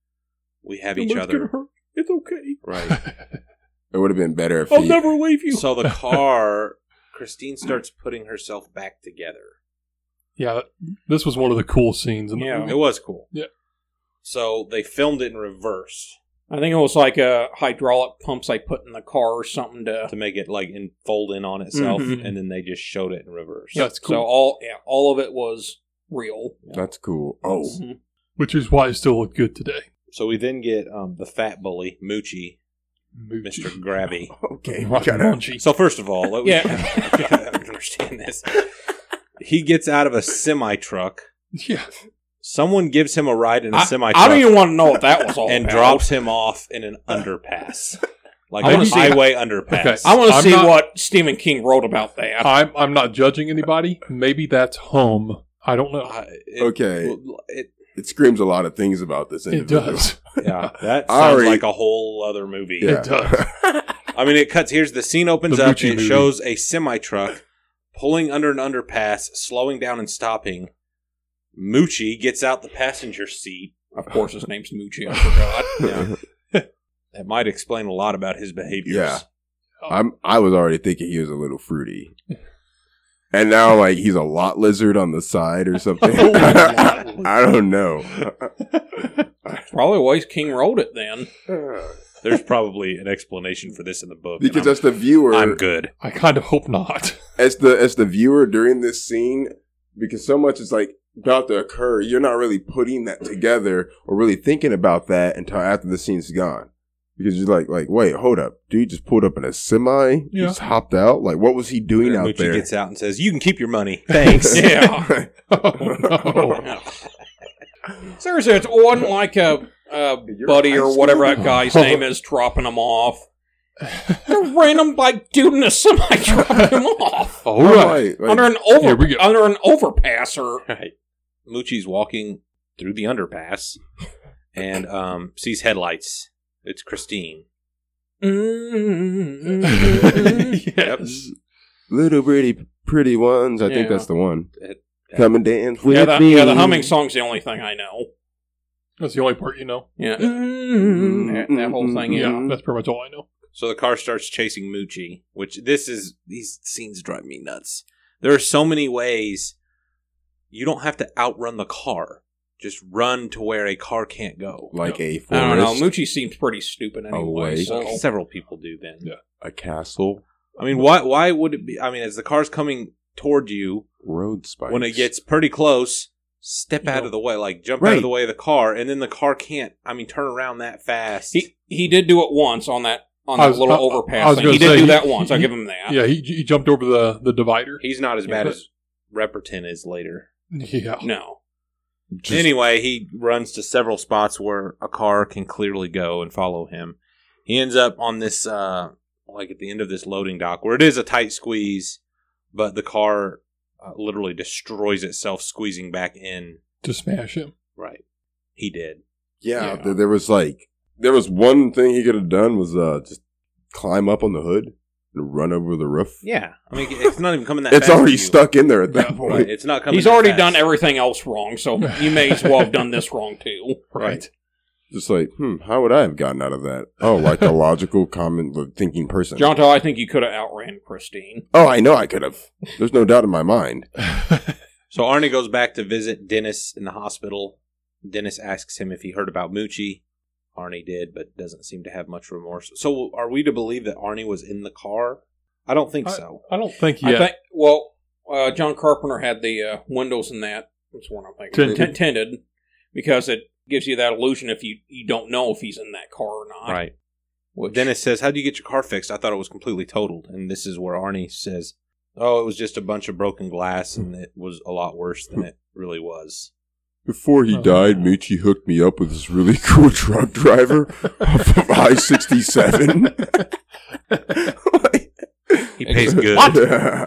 Speaker 1: we have
Speaker 8: Your
Speaker 1: each
Speaker 8: leg's gonna
Speaker 1: other.
Speaker 8: hurt. It's okay.
Speaker 1: Right.
Speaker 2: It would have been better if
Speaker 8: I'll
Speaker 2: he,
Speaker 8: never leave you.
Speaker 1: so the car, Christine starts putting herself back together.
Speaker 8: yeah, this was one of the cool scenes. In the
Speaker 3: Yeah.
Speaker 8: movie.
Speaker 1: It was cool.
Speaker 8: Yeah.
Speaker 1: So they filmed it in reverse
Speaker 3: I think it was like uh, hydraulic pumps I put in the car or something to.
Speaker 1: to make it like in fold in on itself,
Speaker 3: Mhm.
Speaker 1: and then they just showed it in reverse.
Speaker 8: That's cool.
Speaker 3: So all yeah, all of it was real.
Speaker 2: That's cool. Oh, <laughs>
Speaker 3: Mhm.
Speaker 8: which is why it still looked good today.
Speaker 1: So we then get um, the fat bully Moochie,
Speaker 8: <laughs>
Speaker 1: Mister
Speaker 8: Moochie.
Speaker 1: Grabby.
Speaker 2: okay.
Speaker 8: Rock
Speaker 2: gotta-
Speaker 8: Munchie.
Speaker 1: So first of all, let me,
Speaker 3: Yeah.
Speaker 1: I don't <laughs> understand this. He gets out of a semi truck.
Speaker 8: Yeah.
Speaker 1: Someone gives him a ride in a
Speaker 3: I,
Speaker 1: semi
Speaker 3: I don't
Speaker 1: truck
Speaker 3: even want to know what that was all
Speaker 1: and
Speaker 3: about.
Speaker 1: drops him off in an underpass, like
Speaker 3: I
Speaker 1: a
Speaker 3: wanna see-
Speaker 1: highway underpass.
Speaker 8: Okay.
Speaker 3: I want to
Speaker 8: I'm
Speaker 3: see
Speaker 8: not-
Speaker 3: what Stephen King wrote about
Speaker 8: <laughs>
Speaker 3: that.
Speaker 8: I'm I'm not judging anybody. Maybe that's home. I don't know.
Speaker 1: Uh, it-
Speaker 2: Okay.
Speaker 1: well, it-
Speaker 2: It screams a lot of things about this
Speaker 8: It
Speaker 2: individual.
Speaker 8: does.
Speaker 1: yeah, that
Speaker 2: I
Speaker 1: sounds
Speaker 2: already-
Speaker 1: like a whole other movie.
Speaker 2: Yeah.
Speaker 8: It does.
Speaker 1: I mean, it cuts. Here's the scene opens
Speaker 8: The
Speaker 1: up.
Speaker 8: Gucci
Speaker 1: It
Speaker 8: movie.
Speaker 1: shows a semi truck pulling under an underpass, slowing down and stopping. Moochie gets out the passenger seat.
Speaker 3: Of course, his name's Moochie. I forgot.
Speaker 1: Yeah. that might explain a lot about his behaviors.
Speaker 2: Yeah. <laughs> I'm. I was already thinking he was a little fruity, and now like he's a lot lizard on the side or something. <laughs> I don't know.
Speaker 3: Probably why King wrote it then.
Speaker 1: There's probably an explanation for this in the book. and
Speaker 2: Because
Speaker 1: I'm,
Speaker 2: as the viewer,
Speaker 1: I'm good.
Speaker 8: I kind of hope not. <laughs>
Speaker 2: as the as the viewer during this scene, because so much is like about to occur, you're not really putting that together or really thinking about that until after the scene's gone. Because you're like, like, wait, hold up, dude just pulled up in a semi,
Speaker 8: Yeah.
Speaker 2: just hopped out. Like, what was he doing out
Speaker 1: Moochie
Speaker 2: there?
Speaker 1: gets out and says, "You can keep your money, <laughs> thanks."
Speaker 2: <laughs>
Speaker 3: Yeah.
Speaker 8: Oh, no.
Speaker 3: <laughs> Seriously, it wasn't like a, a
Speaker 2: You're
Speaker 3: buddy
Speaker 2: high
Speaker 3: or
Speaker 2: school?
Speaker 3: whatever that guy's
Speaker 2: <laughs>
Speaker 3: name is dropping him off. The random bike dude in a semi <laughs> dropped him off
Speaker 8: All
Speaker 2: I'm
Speaker 8: right.
Speaker 2: like- like,
Speaker 3: under an
Speaker 8: Here
Speaker 3: over
Speaker 8: we go.
Speaker 3: under an overpass or
Speaker 1: Right. Moochie's walking through the underpass and um, sees headlights. It's Christine.
Speaker 3: Mm-hmm.
Speaker 1: <laughs>
Speaker 8: yes.
Speaker 2: little pretty pretty ones. I think
Speaker 3: Yeah.
Speaker 2: that's the one.
Speaker 1: That-
Speaker 2: Come and dance with
Speaker 3: yeah, the,
Speaker 2: me.
Speaker 3: yeah, the humming song's the only thing I know.
Speaker 8: That's the only part you know.
Speaker 3: Yeah,
Speaker 8: Mm-hmm.
Speaker 3: Mm-hmm. that, that whole thing. Yeah,
Speaker 8: Yeah, that's pretty much all I know.
Speaker 1: So the car starts chasing Moochie, which this is these scenes drive me nuts. There are so many ways you don't have to outrun the car. just run to where a car can't go.
Speaker 2: like a
Speaker 3: I don't know.
Speaker 2: forest,
Speaker 3: Moochie seems pretty stupid anyway.
Speaker 2: Away.
Speaker 3: so-
Speaker 1: Several people do then.
Speaker 8: Yeah.
Speaker 2: a castle,
Speaker 1: I mean, why? Why would it be? I mean, as the car's coming toward you,
Speaker 2: road spikes.
Speaker 1: when it gets pretty close, step out
Speaker 3: No.
Speaker 1: of the way, like jump out
Speaker 2: Right.
Speaker 1: of the way of the car, and then the car can't. I mean, turn around that fast.
Speaker 3: He he did do it once on that on
Speaker 8: I
Speaker 3: that
Speaker 8: was-
Speaker 3: little
Speaker 8: I- I- I
Speaker 3: overpass.
Speaker 8: was
Speaker 3: Thing. He
Speaker 8: gonna
Speaker 3: did
Speaker 8: say,
Speaker 3: do
Speaker 8: he-
Speaker 3: that once. I
Speaker 8: he-
Speaker 3: give him that.
Speaker 8: Yeah, he, he jumped over the, the divider.
Speaker 1: He's not as bad
Speaker 3: Yeah.
Speaker 1: as Reperton is later.
Speaker 8: Yeah.
Speaker 3: No.
Speaker 2: Just-
Speaker 1: anyway, he runs to several spots where a car can clearly go and follow him. He ends up on this, uh, like at the end of this loading dock, where it is a tight squeeze, but the car uh, literally destroys itself, squeezing back in.
Speaker 8: To smash him.
Speaker 1: Right. He did.
Speaker 2: yeah,
Speaker 3: Yeah.
Speaker 2: There, there was like there was one thing he could have done was uh just climb up on the hood and run over the roof.
Speaker 1: Yeah. I mean, it's not even coming that
Speaker 2: <laughs> it's
Speaker 1: fast to
Speaker 2: already
Speaker 1: you.
Speaker 2: stuck in there at that
Speaker 8: Yeah,
Speaker 2: point.
Speaker 1: Right. It's not coming
Speaker 3: He's
Speaker 1: that
Speaker 3: already
Speaker 1: fast.
Speaker 3: done everything else wrong, so you may as well have done this wrong too.
Speaker 8: <laughs> Right.
Speaker 2: Just like, hmm, how would I have gotten out of that? Oh, like
Speaker 1: <laughs>
Speaker 2: a logical, common thinking person.
Speaker 3: Jonto, I think you could have outran Christine.
Speaker 2: oh, I know I could have. There's no doubt in my mind.
Speaker 1: So Arnie goes back to visit Dennis in the hospital. Dennis asks him if he heard about Moochie. Arnie did, but doesn't seem to have much remorse. So are we to believe that Arnie was in the car? I don't think so.
Speaker 8: I don't think he
Speaker 3: I
Speaker 8: had.
Speaker 3: think. Well, uh, John Carpenter had the uh, windows in that. That's what I'm thinking.
Speaker 8: Tinted.
Speaker 3: Tin- Tinted, because it gives you that illusion if you you don't know if he's in that car or not.
Speaker 1: Right.
Speaker 3: Which,
Speaker 1: Dennis says, How do you get your car fixed? I thought it was completely totaled. And this is where Arnie says, Oh, it was just a bunch of broken glass and it was a lot worse than it really was.
Speaker 2: Before he
Speaker 8: Oh.
Speaker 2: died, Michi hooked me up with this really <laughs> cool drunk driver
Speaker 1: <laughs>
Speaker 2: off of I 67.
Speaker 1: He
Speaker 2: <laughs>
Speaker 1: pays good.
Speaker 2: Yeah.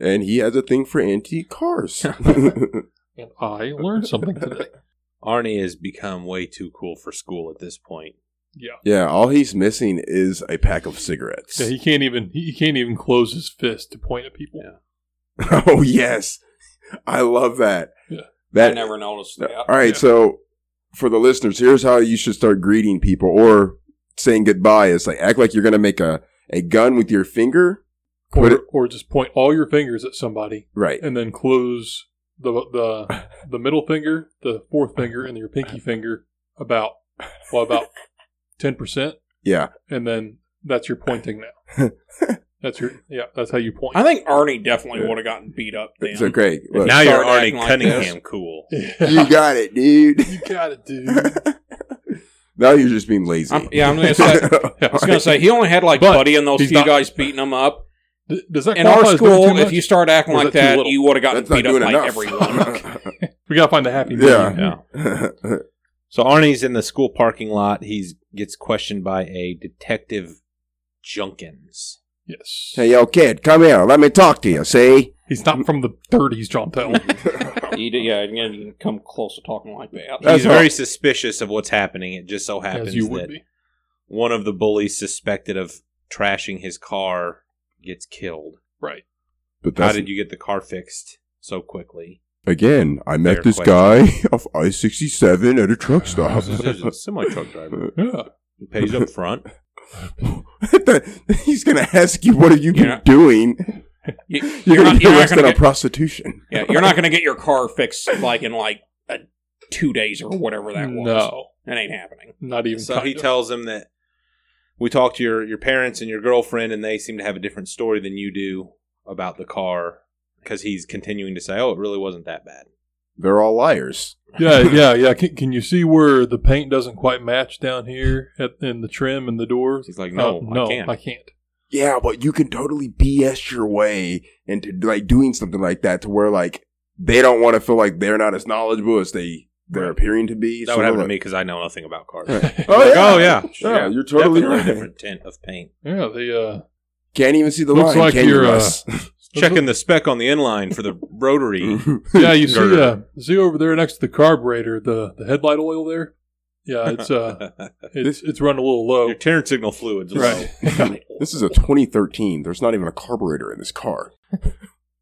Speaker 2: And he has a thing for
Speaker 1: <laughs>
Speaker 2: antique cars.
Speaker 8: And I learned something
Speaker 2: <laughs>
Speaker 8: today.
Speaker 1: Arnie has become way too cool for school at this point.
Speaker 2: yeah, all he's missing is a pack of cigarettes. <laughs>
Speaker 8: Yeah, he can't even he can't even close his fist to point at people.
Speaker 2: oh, yes. I love that.
Speaker 8: Yeah.
Speaker 2: That
Speaker 3: I never noticed
Speaker 2: No,
Speaker 3: that.
Speaker 2: All right,
Speaker 8: Yeah.
Speaker 2: so for the listeners, here's how you should start greeting people or saying goodbye. It's like act like you're gonna make a, a gun with your finger. Put
Speaker 8: Or,
Speaker 2: it-
Speaker 8: or just point all your fingers at somebody
Speaker 2: Right.
Speaker 8: and then close the
Speaker 2: <laughs>
Speaker 8: the the middle finger, the fourth finger, and your pinky finger about well about ten percent,
Speaker 2: Yeah.
Speaker 8: and then that's your pointing now.
Speaker 2: <laughs>
Speaker 8: That's your yeah. That's how you point.
Speaker 3: I
Speaker 8: <laughs>
Speaker 3: think Arnie definitely
Speaker 2: Yeah.
Speaker 3: would have gotten beat up then.
Speaker 2: So Craig, look,
Speaker 1: now you're
Speaker 3: Start
Speaker 1: Arnie
Speaker 3: acting like
Speaker 1: Cunningham cool.
Speaker 2: you got it, dude.
Speaker 8: <laughs>
Speaker 2: <laughs>
Speaker 8: You got it, dude.
Speaker 2: now you're just being lazy.
Speaker 3: I'm- yeah, I'm gonna
Speaker 2: <laughs>
Speaker 3: say- I was going to say he only had like
Speaker 8: But
Speaker 3: Buddy and those
Speaker 8: he's
Speaker 3: few
Speaker 8: not-
Speaker 3: guys beating him
Speaker 8: <laughs>
Speaker 3: up.
Speaker 8: D- Does that
Speaker 3: In our
Speaker 8: qualify as doing
Speaker 3: school,
Speaker 8: too
Speaker 3: if
Speaker 8: much?
Speaker 3: you start acting
Speaker 8: Or is
Speaker 3: like
Speaker 8: that too
Speaker 3: that,
Speaker 8: little?
Speaker 3: you would have gotten
Speaker 2: that's not
Speaker 3: beat up
Speaker 2: doing
Speaker 3: like
Speaker 2: <laughs>
Speaker 3: everyone.
Speaker 2: enough.
Speaker 8: we gotta find the happy
Speaker 2: Yeah.
Speaker 8: medium.
Speaker 1: Yeah. Uh-huh. So Arnie's in the school parking lot. He gets questioned by a detective Junkins.
Speaker 8: Yes.
Speaker 2: <laughs> hey, yo, kid, come here. Let me talk to you. See?
Speaker 8: He's not from the 30s, John Tell.
Speaker 3: he did, yeah, he didn't come close to talking like that.
Speaker 2: That's
Speaker 1: He's
Speaker 2: all.
Speaker 1: very suspicious of what's happening. It just so happens
Speaker 8: as you
Speaker 1: that
Speaker 8: would be.
Speaker 1: one of the bullies suspected of trashing his car gets killed.
Speaker 8: Right.
Speaker 2: But
Speaker 1: How
Speaker 2: that's
Speaker 1: did you get the car fixed so quickly?
Speaker 2: again. I
Speaker 1: Fair
Speaker 2: met this guy <laughs> off I sixty seven at a truck stop.
Speaker 1: This is a semi truck
Speaker 2: <laughs>
Speaker 1: driver.
Speaker 8: Yeah.
Speaker 1: He pays up front.
Speaker 2: <laughs> He's gonna ask you, "What have you been
Speaker 3: Yeah.
Speaker 2: doing?"
Speaker 1: <laughs>
Speaker 3: You,
Speaker 2: <laughs> You're,
Speaker 3: are
Speaker 2: gonna
Speaker 3: not,
Speaker 2: get
Speaker 3: you're not
Speaker 2: arrested
Speaker 3: going to
Speaker 2: on prostitution.
Speaker 3: Yeah, you're not going to get your car fixed like in like a, two days or whatever that was.
Speaker 8: No,
Speaker 3: That ain't happening.
Speaker 8: not even.
Speaker 1: So
Speaker 8: kind
Speaker 1: he
Speaker 8: of.
Speaker 1: tells him that we talked to your, your parents and your girlfriend, and they seem to have a different story than you do about the car because he's continuing to say, oh, it really wasn't that bad.
Speaker 2: They're all liars.
Speaker 8: Yeah, yeah, yeah. Can, can you see where the paint doesn't quite match down here at, in the trim and the doors?
Speaker 1: He's like, Oh, no,
Speaker 8: Uh,
Speaker 1: I can't.
Speaker 8: I can't.
Speaker 2: Yeah, but you can totally BS your way into like doing something like that to where like they don't want to feel like they're not as knowledgeable as they they're
Speaker 1: Right.
Speaker 2: appearing to be.
Speaker 1: that
Speaker 2: So
Speaker 1: would
Speaker 2: they're
Speaker 1: happen to
Speaker 2: like,
Speaker 1: me because I know nothing about cars.
Speaker 8: <laughs>
Speaker 2: Right.
Speaker 1: Oh,
Speaker 2: Oh,
Speaker 1: like,
Speaker 2: yeah.
Speaker 1: oh yeah,
Speaker 2: Yeah, you're totally
Speaker 1: Definitely
Speaker 2: right.
Speaker 1: a different tint of paint.
Speaker 8: Yeah, the uh,
Speaker 2: Can't even see the
Speaker 8: Looks
Speaker 2: line.
Speaker 8: like
Speaker 2: can you,
Speaker 8: you're, uh,
Speaker 1: <laughs>
Speaker 2: Russ?
Speaker 1: Checking the spec on the inline for the rotary.
Speaker 8: yeah, you see,
Speaker 1: Girder.
Speaker 8: uh, see over there next to the carburetor, the the headlight oil there. Yeah,
Speaker 1: <laughs>
Speaker 8: it's uh,
Speaker 2: Mm.
Speaker 8: it's it's running a little low.
Speaker 1: Your turn signal fluids, low.
Speaker 8: Right.
Speaker 2: <laughs> this is a 2013. There's not even a carburetor in this car.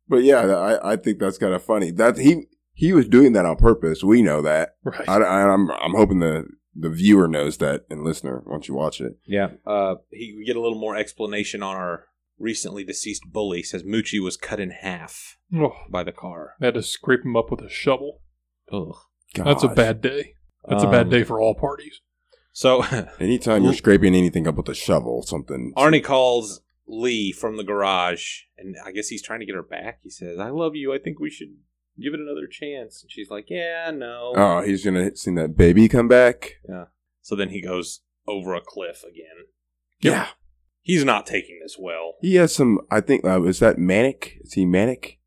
Speaker 2: but yeah, I, I think that's kind of funny. That he he was doing that on purpose. We know that.
Speaker 8: Right.
Speaker 2: I, am I'm hoping the the viewer knows that and listener once you watch it.
Speaker 1: Yeah. Uh, he we get a little more explanation on our recently deceased bully. He says Moochie was cut in half
Speaker 8: Oh,
Speaker 1: by the car.
Speaker 8: I had to scrape him up with a shovel.
Speaker 1: Ugh.
Speaker 8: That's a
Speaker 2: Gosh.
Speaker 8: bad day. That's a bad
Speaker 1: Um,
Speaker 8: day for all parties.
Speaker 1: <laughs> So
Speaker 2: Anytime you're scraping anything up with a shovel, something.
Speaker 1: Arnie calls Lee from the garage, and I guess he's trying to get her back. He says, "I love you. I think we should give it another chance." And she's like, "Yeah, no."
Speaker 2: Oh, he's gonna see that baby come back.
Speaker 1: So then he goes over a cliff again.
Speaker 2: Yeah,
Speaker 1: He's not taking this well.
Speaker 2: he has some. I think uh, is that manic? Is he manic?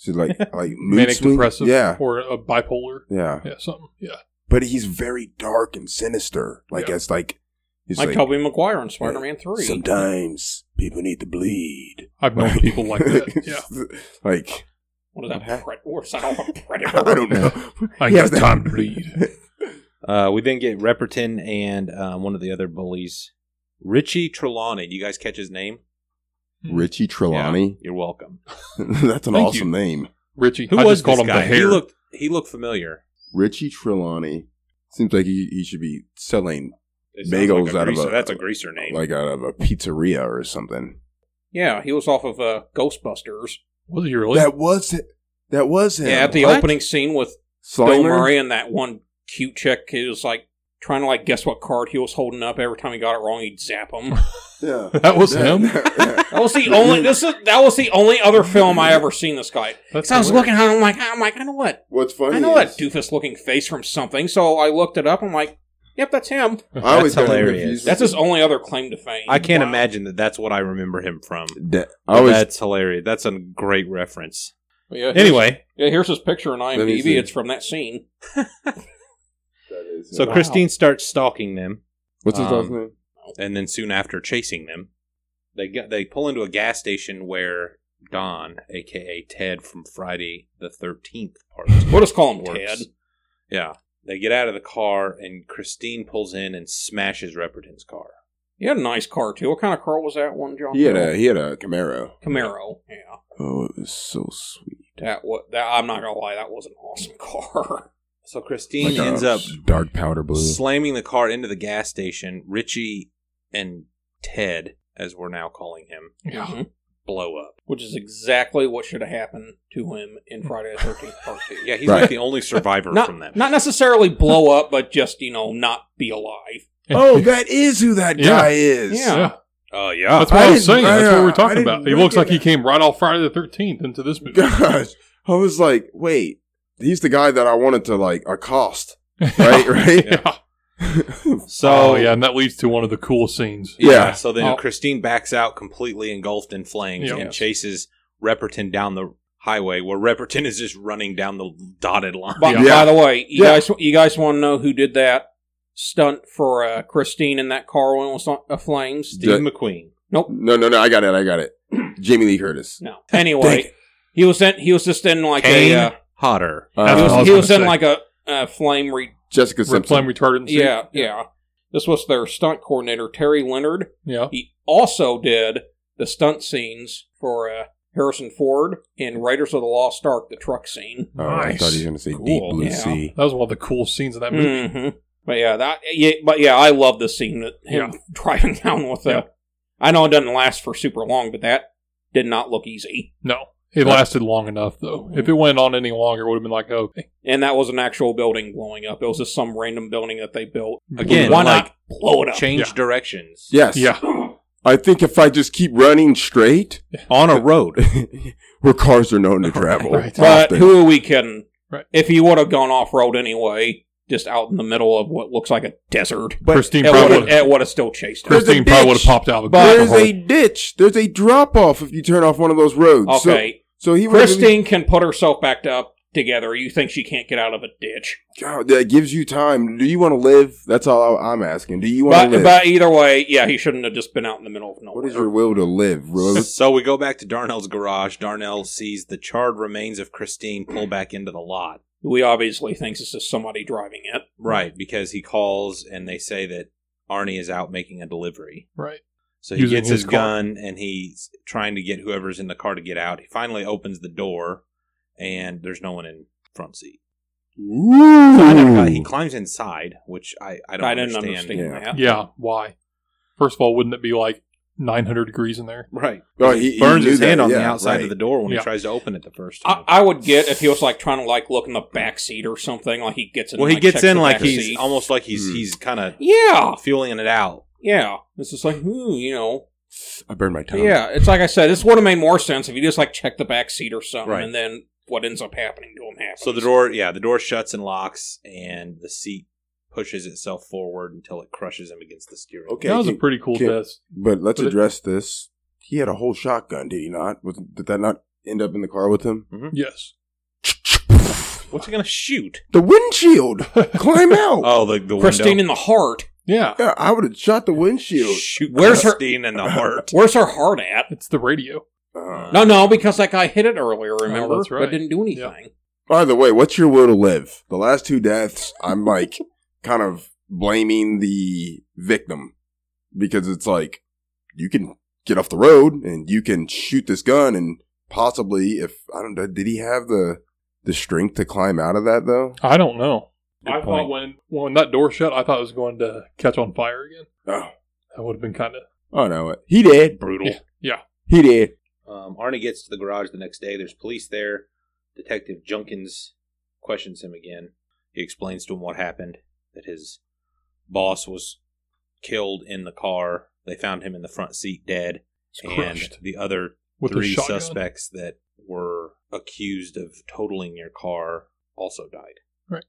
Speaker 2: Is he like like mood
Speaker 8: Manic
Speaker 2: swing?
Speaker 8: depressive
Speaker 2: Yeah,
Speaker 8: or a bipolar.
Speaker 2: yeah.
Speaker 8: Yeah, something. Yeah.
Speaker 2: But he's very dark and sinister. Like
Speaker 8: Yeah.
Speaker 2: it's like he's
Speaker 3: like,
Speaker 2: like
Speaker 3: Tobey Maguire in Spider Man 3.
Speaker 2: sometimes people need to
Speaker 8: <laughs>
Speaker 2: bleed. <laughs>
Speaker 8: I've known people like that. Yeah.
Speaker 2: like
Speaker 3: What is that? Pre- or is <laughs> that all a predator?
Speaker 2: I don't know.
Speaker 8: <laughs> I
Speaker 2: Yeah,
Speaker 8: got
Speaker 2: that-
Speaker 8: time to bleed.
Speaker 1: Uh, we then get Repperton and um, one of the other bullies, Richie Trelawney. Do you guys catch his name?
Speaker 2: <laughs> Richie Trelawney. <laughs>
Speaker 1: You're welcome.
Speaker 2: That's an
Speaker 8: Thank
Speaker 2: awesome name.
Speaker 8: Richie.
Speaker 1: Who
Speaker 8: I
Speaker 1: was
Speaker 8: just called
Speaker 1: this
Speaker 8: him
Speaker 1: guy?
Speaker 8: the hair.
Speaker 1: He looked he looked familiar.
Speaker 2: Richie Trelawney. Seems like he, he should be selling
Speaker 1: It sounds
Speaker 2: Bagels
Speaker 1: like a
Speaker 2: out of
Speaker 1: greaser.
Speaker 2: a-
Speaker 1: that's a greaser name.
Speaker 2: like out of a pizzeria or something.
Speaker 3: Yeah, he was off of uh, Ghostbusters.
Speaker 8: was he really?
Speaker 2: That was it. That was him.
Speaker 3: Yeah, at the
Speaker 1: What?
Speaker 3: opening scene with Bill
Speaker 2: Slimer.
Speaker 3: Murray and that one cute chick who was like trying to like guess what card he was holding up. Every time he got it wrong, he'd zap him.
Speaker 2: Yeah.
Speaker 8: <laughs> That was him?
Speaker 3: That was the only. This is that was the only other film I ever seen this guy.
Speaker 8: That's
Speaker 3: Because I was
Speaker 8: hilarious.
Speaker 3: looking at him, I'm like, I'm like, I know what,
Speaker 2: <laughs> What's funny?
Speaker 3: I know that
Speaker 2: is-
Speaker 3: doofus looking face from something. So I looked it up. I'm like, yep, that's him.
Speaker 2: I
Speaker 1: That's
Speaker 2: always got him
Speaker 1: hilarious.
Speaker 2: confused with
Speaker 3: That's his
Speaker 2: the-
Speaker 3: only other claim to fame.
Speaker 1: I can't
Speaker 3: Wow.
Speaker 1: imagine that that's what I remember him from.
Speaker 2: Da- I always
Speaker 1: that's hilarious. That's a great reference.
Speaker 3: But yeah, here's-
Speaker 1: Anyway,
Speaker 3: yeah, here's his picture on
Speaker 2: me see.
Speaker 3: IMDb. It's from that scene.
Speaker 1: so Christine starts stalking them,
Speaker 2: What's his last
Speaker 1: um,
Speaker 2: name?
Speaker 1: and then soon after chasing them, they get, they pull into a gas station where Don, aka Ted from Friday the Thirteenth part,
Speaker 3: We'll just call him Ted.
Speaker 1: works. Yeah, they get out of the car, and Christine pulls in and smashes Repperton's car.
Speaker 3: He had a nice car too. What kind of car was that one, John?
Speaker 2: He had a he had a Camaro.
Speaker 3: Camaro. Yeah,
Speaker 2: Oh, it was so sweet.
Speaker 3: that was. That, I'm not gonna lie, that was an awesome <laughs> car.
Speaker 1: So Christine
Speaker 2: Like a
Speaker 1: ends up
Speaker 2: dark powder blue.
Speaker 1: slamming the car into the gas station. Richie and Ted, as we're now calling him,
Speaker 8: Yeah.
Speaker 3: Mhm.
Speaker 1: blow up.
Speaker 3: Which is exactly what should have happened to him in Friday the Thirteenth Part Two.
Speaker 1: Yeah, he's
Speaker 2: Right.
Speaker 1: like the only survivor
Speaker 3: not,
Speaker 1: from that.
Speaker 3: not necessarily blow up, but just you know not be alive.
Speaker 8: <laughs>
Speaker 2: oh, that is who that
Speaker 8: Yeah.
Speaker 2: guy is.
Speaker 3: Yeah.
Speaker 1: Oh yeah,
Speaker 8: That's what
Speaker 2: I
Speaker 8: I, was
Speaker 2: didn't-
Speaker 8: saying. That's what we
Speaker 2: I-
Speaker 8: were
Speaker 2: I
Speaker 8: talking
Speaker 2: didn't
Speaker 8: about. He
Speaker 2: look
Speaker 8: looks
Speaker 2: at
Speaker 8: like he
Speaker 2: that.
Speaker 8: came right off Friday the 13th into this
Speaker 2: <laughs>
Speaker 8: movie.
Speaker 2: <laughs> Gosh, I was like, wait, he's the guy that I wanted to like
Speaker 8: <laughs>
Speaker 2: accost, right? right?
Speaker 8: Yeah.
Speaker 1: so
Speaker 8: oh, yeah, and that leads to one of the cool scenes.
Speaker 1: yeah.
Speaker 2: Yeah.
Speaker 1: So then
Speaker 3: Oh.
Speaker 1: Christine backs out completely engulfed in flames
Speaker 8: Yeah.
Speaker 1: and chases Repperton down the highway, where Repperton is just running down the dotted line.
Speaker 3: <laughs> By, by
Speaker 8: Yeah.
Speaker 3: the way, you
Speaker 2: Yeah.
Speaker 3: guys you guys want to know who did that stunt for uh, Christine in that car when it was on uh, flames?
Speaker 1: Steve McQueen.
Speaker 2: No, no, no. I got it. I got it. <clears throat> Jamie Lee Curtis.
Speaker 3: No.
Speaker 2: Dang
Speaker 3: Anyway,
Speaker 2: it.
Speaker 3: he was in, he was just in like
Speaker 1: Kane
Speaker 3: a uh,
Speaker 1: Hotter.
Speaker 8: That's
Speaker 3: he
Speaker 8: what I
Speaker 3: was,
Speaker 8: was
Speaker 3: he was in
Speaker 8: gonna say.
Speaker 3: like a uh, flame re-
Speaker 2: Jessica
Speaker 8: Re-
Speaker 2: Simpson.
Speaker 8: Flame retardant. suit.
Speaker 3: yeah yeah. This was their stunt coordinator Terry Leonard.
Speaker 2: Oh,
Speaker 8: Yeah.
Speaker 3: He also did the stunt scenes for uh, Harrison Ford in Raiders of the Lost Ark, the truck scene.
Speaker 2: Oh, I thought he was going to say Deep
Speaker 8: Cool.
Speaker 2: Blue
Speaker 3: Yeah.
Speaker 2: Sea.
Speaker 8: That was one of the cool scenes in that
Speaker 1: Mm.
Speaker 8: movie.
Speaker 3: Mhm. But yeah, that yeah, but yeah, I love the scene that him <laughs> driving down with the.
Speaker 8: Yeah.
Speaker 3: I know it doesn't last for super long, but that did not look easy.
Speaker 8: No. It lasted long enough, though. If it went on any longer, it would have been like, oh, okay.
Speaker 3: And that was an actual building blowing up. It was just some random building that they built.
Speaker 1: Again,
Speaker 3: why
Speaker 1: like-
Speaker 3: not blow it up?
Speaker 1: Change
Speaker 8: Yeah.
Speaker 1: directions.
Speaker 2: Yes.
Speaker 8: Yeah.
Speaker 2: I think if I just keep running straight,
Speaker 1: On a road.
Speaker 2: <laughs> where cars are known to travel.
Speaker 8: Right.
Speaker 3: But
Speaker 2: often.
Speaker 3: who are we kidding?
Speaker 8: Right.
Speaker 3: If he would have gone off road anyway, just out in the middle of what looks like a desert,
Speaker 8: Christine
Speaker 3: it
Speaker 8: probably
Speaker 3: would
Speaker 8: would have
Speaker 3: it would have still chased him.
Speaker 2: There's a
Speaker 8: Christine probably would
Speaker 2: ditch.
Speaker 8: have popped out of the
Speaker 2: There's
Speaker 8: hole.
Speaker 2: a ditch. There's a drop off if you turn off one of those roads. So-
Speaker 3: Okay,
Speaker 2: So, he was
Speaker 3: Christine can put herself back up together. You think she can't get out of a ditch?
Speaker 2: God, that gives you time. Do you want to live? That's all I- I'm asking. Do you want
Speaker 3: But,
Speaker 2: to live?
Speaker 3: but either way, yeah, he shouldn't have just been out in the middle of nowhere.
Speaker 2: what is your will to live, Rose?
Speaker 1: <laughs> So we go back to Darnell's garage. Darnell sees the charred remains of Christine pull back into the lot.
Speaker 3: we obviously thinks it's just somebody driving it.
Speaker 1: Right, because he calls and they say that Arnie is out making a delivery.
Speaker 8: Right.
Speaker 1: So he
Speaker 8: Using
Speaker 1: gets
Speaker 8: his
Speaker 1: his,
Speaker 8: car.
Speaker 1: gun and he's trying to get whoever's in the car to get out. He finally opens the door and there's no one in front seat. So I never got- he climbs inside, which I, I don't
Speaker 3: I didn't
Speaker 1: understand.
Speaker 3: understand,
Speaker 2: Yeah.
Speaker 3: that.
Speaker 8: Yeah. Why? First of all, wouldn't it be like 900 degrees in there.
Speaker 1: Right.
Speaker 2: Oh, he, he
Speaker 1: Burns
Speaker 2: knew
Speaker 1: his
Speaker 2: that.
Speaker 1: hand on the
Speaker 2: Yeah,
Speaker 1: outside
Speaker 2: right.
Speaker 1: of the door when
Speaker 8: Yeah.
Speaker 1: he tries to open it the first
Speaker 3: I,
Speaker 1: time.
Speaker 3: I would get if he was like trying to like look in the back seat or something. Like he gets in.
Speaker 1: well,
Speaker 3: and,
Speaker 1: he
Speaker 3: like,
Speaker 1: gets
Speaker 3: checks
Speaker 1: in
Speaker 3: the
Speaker 1: like
Speaker 3: back
Speaker 1: he's
Speaker 3: seat.
Speaker 1: almost like he's
Speaker 2: Hmm.
Speaker 1: he's kind of
Speaker 3: Yeah,
Speaker 1: feeling it out.
Speaker 3: yeah. It's just like ooh, you know.
Speaker 2: I burned my
Speaker 3: But
Speaker 2: tongue.
Speaker 3: Yeah, it's like I said. This would have made more sense if you just like checked the back seat or something,
Speaker 1: Right.
Speaker 3: and then what ends up happening to him happens.
Speaker 1: So the door, yeah, the door shuts and locks, and the seat pushes itself forward until it crushes him against the steering.
Speaker 2: Okay.
Speaker 8: that was a
Speaker 2: can-
Speaker 8: pretty cool
Speaker 2: can-
Speaker 8: test.
Speaker 2: But let's
Speaker 8: But it-
Speaker 2: address this. He had a whole shotgun, did he not? Was, did that not end up in the car with him?
Speaker 8: Yes.
Speaker 1: What's he gonna shoot?
Speaker 2: The windshield. Climb out.
Speaker 1: Oh, the the
Speaker 3: Christine
Speaker 1: window.
Speaker 3: in the heart.
Speaker 8: Yeah.
Speaker 2: Yeah, I would have shot the windshield.
Speaker 1: Shoot
Speaker 3: Where's her-
Speaker 1: Christine
Speaker 2: <laughs>
Speaker 1: in the heart?
Speaker 3: Where's her heart at?
Speaker 8: It's the radio.
Speaker 2: Uh,
Speaker 3: No, no, because that guy hit it
Speaker 1: Oh,
Speaker 3: earlier. Remember,
Speaker 8: that's right.
Speaker 3: but didn't do anything.
Speaker 2: by the way, what's your will to live? The last two deaths, I'm like kind of blaming the victim because it's like you can get off the road and you can shoot this gun and possibly if I don't know, did he have the the strength to climb out of that though?
Speaker 8: I don't know.
Speaker 2: Good
Speaker 8: I
Speaker 2: point.
Speaker 8: thought when when that door shut, I thought it was going to catch on fire again.
Speaker 2: Oh,
Speaker 8: That would have been kind of
Speaker 2: I know it. Oh, uh, He did.
Speaker 1: Brutal.
Speaker 2: He did.
Speaker 1: Um, Arnie gets to the garage the next day. There's police there. Detective Junkins questions him again. He explains to him what happened that his boss was killed in the car. They found him in the front seat dead.
Speaker 8: crushed
Speaker 1: And the other
Speaker 8: with a
Speaker 1: three
Speaker 8: shotgun.
Speaker 1: suspects that were accused of totaling your car also died.